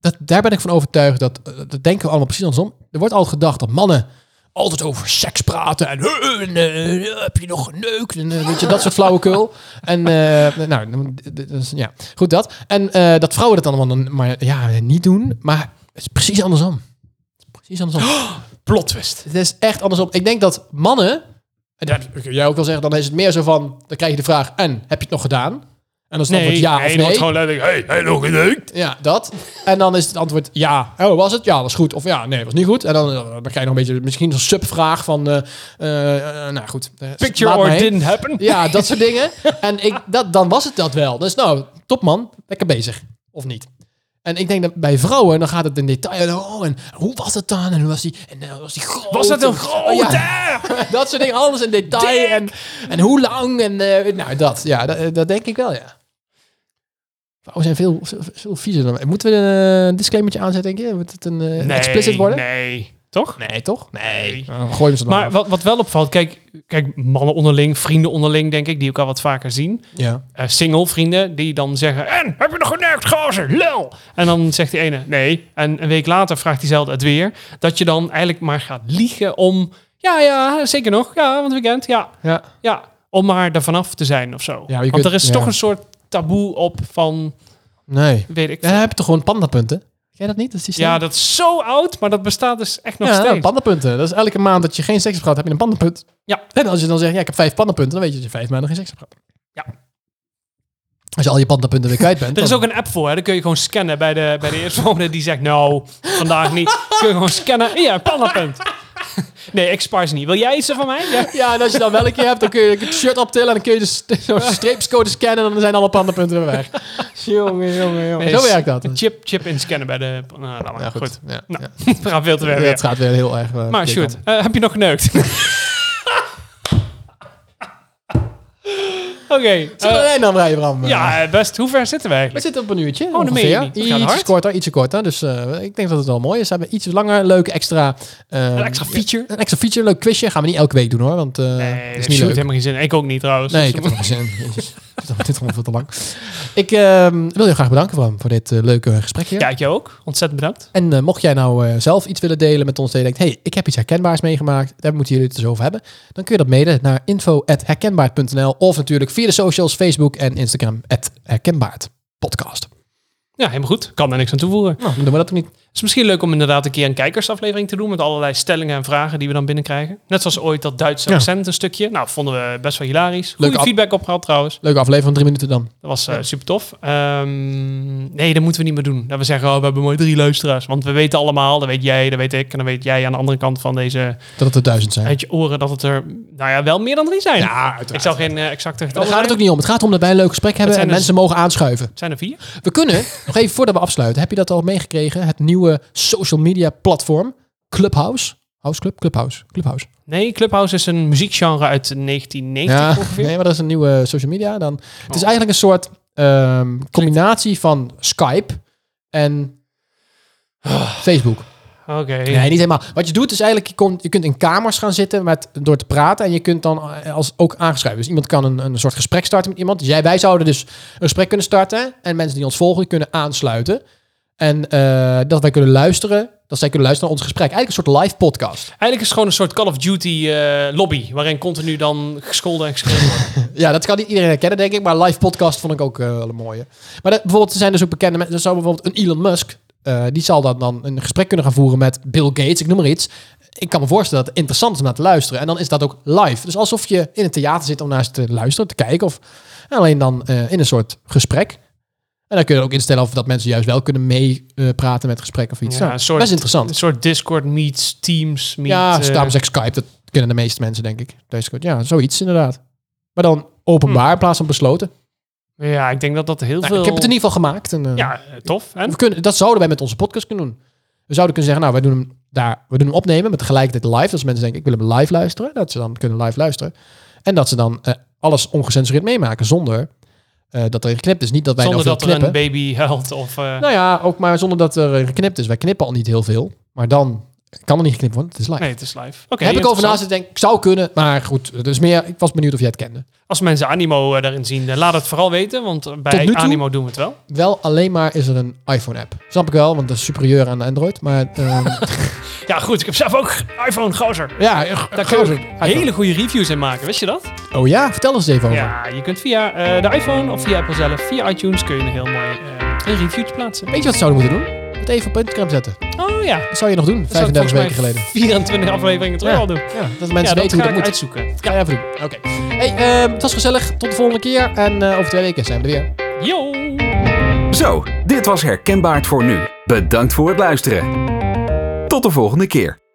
dat, daar ben ik van overtuigd, dat, eh, dat denken we allemaal precies andersom. Er wordt altijd gedacht dat mannen altijd over seks praten en, eh, en, eh, heb je nog geneukt en eh, weet je, dat soort [laughs] flauwekul. En eh, nou, dan- d- d- dus, ja, goed dat. En eh, dat vrouwen dat allemaal dan maar ja, niet doen, maar het is precies andersom. Het is Precies andersom. [gasps] plot twist. Het is echt andersom. Ik denk dat mannen, en dat kun jij ook wel zeggen, dan is het meer zo van, dan krijg je de vraag, en, heb je het nog gedaan? En dan is het Nee, antwoord ja nee, of dat wordt nee. gewoon letterlijk, hey, hey, nog geneukt. Ja, dat. En dan is het antwoord ja. Oh, was het? Ja, was goed. Of ja, nee, was niet goed. En dan, eh, dan krijg je nog een beetje, misschien een subvraag van, eh, eh, eh, nou goed. eh, Picture laat maar or heen. Oh, didn't happen. Ja, dat soort dingen. En ik, dat, dan was het dat wel. Dus nou, top man, lekker bezig. Of niet. En ik denk dat bij vrouwen, dan gaat het in detail. en, Oh, en hoe was het dan? En hoe was die? En eh, was die groot? Was dat een En- oh, ja, grote? dat soort dingen, alles in detail. En, en hoe lang. En eh, nou, dat. Ja, dat, dat denk ik wel, ja. Vrouwen zijn veel, veel viezer dan wij. Moeten we een eh, disclaimertje aanzetten, denk je? Moet het een eh, explicit worden? Nee. Toch? Nee, toch? Nee. Nou, dan gooien we ze dan Maar wat, wat wel opvalt, kijk, kijk, mannen onderling, vrienden onderling, denk ik, die elkaar wat vaker zien. Ja. Eh, single vrienden, die dan zeggen, en, heb je nog geneukt, gozer, lul. En dan zegt die ene, nee. En een week later vraagt diezelfde het weer. Dat je dan eigenlijk maar gaat liegen om, ja, ja, zeker nog, ja, want weekend, ja. ja. Ja, om maar er vanaf te zijn of zo. je Want kunt- er is ja. toch een soort taboe op van, Nee. weet ik Ja, veel. dan Ja, heb je toch gewoon pandapunten? Ken je dat niet? Dat is die stelling. dat is zo oud, maar dat bestaat dus echt nog ja, nou, steeds. pandapunten. Dat is elke maand dat je geen seks hebt gehad, heb je een pandapunt. Ja. En als je dan zegt, ja, ik heb vijf pandapunten, dan weet je dat je vijf maanden geen seks hebt gehad. Ja. Als je al je pandapunten weer kwijt [laughs] bent. er is dan- ook een app voor, hè. daar kun je gewoon scannen bij de, bij de eerstvolgende die zegt, nou, vandaag niet. kun je gewoon scannen, ja, pandapunt. [laughs] Nee, ik spaar ze niet. Wil jij ze van mij? Ja. Ja, en als je dan wel een keer hebt, dan kun je het shirt optillen en dan kun je dus [laughs] zo'n streepscode scannen en dan zijn alle pandenpunten weer [laughs] weg. jongen, jongen, jongen. Nee, Zo werkt dat. Een chip, chip inscannen bij de... Nou, laat maar. Ja, goed. goed. Ja, Nou, ja. We gaan veel te ver Ja, weer. het gaat weer heel erg. eh, Maar die Sjoerd, kant. eh, heb je nog geneukt? [laughs] Oké. Zullen we eh, erin dan rijden, Bram? ja, eh, best. Hoe ver zitten we We eigenlijk? zitten op een uurtje. dan meen je ongeveer. niet. We gaan Ietsje hard. korter, ietsje korter. Dus eh, ik denk dat het wel mooi is. Ze hebben iets langer, leuk extra. eh, Een extra feature? Een extra feature, leuk quizje. Gaan we niet elke week doen hoor, want eh Nee, dat dat is niet leuk. helemaal geen zin. Ik ook niet trouwens. Nee, Dus [laughs] ik heb er nog zin. Jezus, Dit is gewoon veel te lang. Ik ehm, wil je graag bedanken, Bram, voor dit eh, leuke gesprek hier. Ja, ik jou ook. Ontzettend bedankt. En eh, mocht jij nou eh, zelf iets willen delen met ons, dat je denkt, hey, ik heb iets herkenbaars meegemaakt, daar moeten jullie het dus over hebben, dan kun je dat mailen naar info.herkenbaard.nl of natuurlijk via de socials, Facebook en Instagram, herkenbaardpodcast. Ja, helemaal goed. Kan daar niks aan toevoegen. Nou, dan doen we dat ook niet. Het is misschien leuk om inderdaad een keer een kijkersaflevering te doen met allerlei stellingen en vragen die we dan binnenkrijgen. Net zoals ooit dat Duitse Ja. accent een stukje. Nou, vonden we best wel hilarisch. Goede Leuk ad- feedback opgehaald trouwens. Leuke aflevering van drie minuten dan. Dat was eh, super tof. Ehm, nee, dat moeten we niet meer doen. Dat we zeggen, oh, we hebben mooi drie luisteraars. Want we weten allemaal, dat weet jij, dat weet ik. En dan weet jij aan de andere kant van deze Dat het er duizend zijn. uit je oren dat het er, nou ja, wel meer dan drie zijn. Ik zal geen eh, exacte Daar getallen gaat het ook niet om. Het gaat om dat wij een leuk gesprek hebben en zijn dus- mensen mogen aanschuiven. Zijn er vier? We [laughs] kunnen, nog even voordat we afsluiten, heb je dat al meegekregen? Het nieuwe social media platform, Clubhouse. House Club? Clubhouse. Clubhouse. Nee, Clubhouse is een muziekgenre uit 1990 ongeveer. nee, maar dat is een nieuwe social media. Dan, Het is eigenlijk een soort ehm, combinatie van Skype en ah, Facebook. Oké. Nee, niet helemaal. Wat je doet is eigenlijk, je, komt, je kunt in kamers gaan zitten met, door te praten. En je kunt dan eh, als, ook aangeschreven. Dus iemand kan een, een soort gesprek starten met iemand. Dus jij, wij zouden dus een gesprek kunnen starten. En mensen die ons volgen kunnen aansluiten. En eh, dat wij kunnen luisteren, dat zij kunnen luisteren naar ons gesprek. Eigenlijk een soort live podcast. Eigenlijk is het gewoon een soort Call of Duty eh, lobby, waarin continu dan gescholden en geschreven wordt. Ja, dat kan niet iedereen herkennen, denk ik. Maar live podcast vond ik ook eh, wel een mooie. Maar dat, bijvoorbeeld, er zijn dus ook bekende mensen. Er zou bijvoorbeeld een Elon Musk, eh, die zal dan, dan een gesprek kunnen gaan voeren met Bill Gates, ik noem maar iets. Ik kan me voorstellen dat het interessant is om naar te luisteren. En dan is dat ook live. Dus alsof je in het theater zit om naar ze te luisteren, te kijken. Of alleen dan eh, in een soort gesprek. En dan kun je ook instellen of dat mensen juist wel kunnen meepraten met het gesprek of iets. Ja, Ja, een soort- Best Een interessant. soort Discord meets, Teams meet. ja, eh, daarom zeg ik Skype. Dat kennen de meeste mensen, denk ik. Discord. Ja, zoiets inderdaad. Maar dan openbaar in plaats van besloten. ja, ik denk dat dat heel Nou, veel... Ik heb het in ieder geval gemaakt. En, eh, Ja, eh, tof. En? we kunnen, dat zouden wij met onze podcast kunnen doen. We zouden kunnen zeggen, nou, wij doen hem daar, we doen hem opnemen, maar tegelijkertijd live. Als mensen denken, ik wil hem live luisteren, dat ze dan kunnen live luisteren. En dat ze dan eh, alles ongecensureerd meemaken zonder eh, dat er in geknipt is. Niet dat wij Zonder nou dat veel er een knippen. baby huilt of... eh, Nou ja, ook maar zonder dat er in geknipt is. Wij knippen al niet heel veel, maar dan kan er niet geknipt worden. Het is live. nee, het is live. Oké. Heb ik over interessant. naast denk ik zou kunnen, maar goed. Dus meer, ik was benieuwd of jij het kende. Als mensen Animo eh, daarin zien, eh, laat het vooral weten. Want eh, bij nu toe- Animo doen we het wel. Wel alleen maar is er een iPhone-app. Snap ik wel, want dat is superieur aan Android. Maar ehm, Ja, goed. Ik heb zelf ook iPhone gozer. Ja, Daar daar kun je ook hele goede reviews in maken. Wist je dat? Oh ja, vertel eens even over. Ja, je kunt via eh, de iPhone of via Apple zelf, via iTunes, kun je een heel mooi eh, een review plaatsen. Weet je wat ze zouden moeten doen? Het even op Instagram zetten. Oh ja. Dat zou je nog doen, Dat zou ik 35 volgens mij weken geleden. 24 afleveringen terug Ja. al doen. Ja, dat Ja, dat mensen weten ga hoe ik dat moet. uitzoeken. Ga je even doen. Oké. Hey, ehm, het was gezellig. Tot de volgende keer. En eh, over twee weken zijn we er weer. Yo! Zo, dit was Herkenbaar voor nu. Bedankt voor het luisteren. Tot de volgende keer.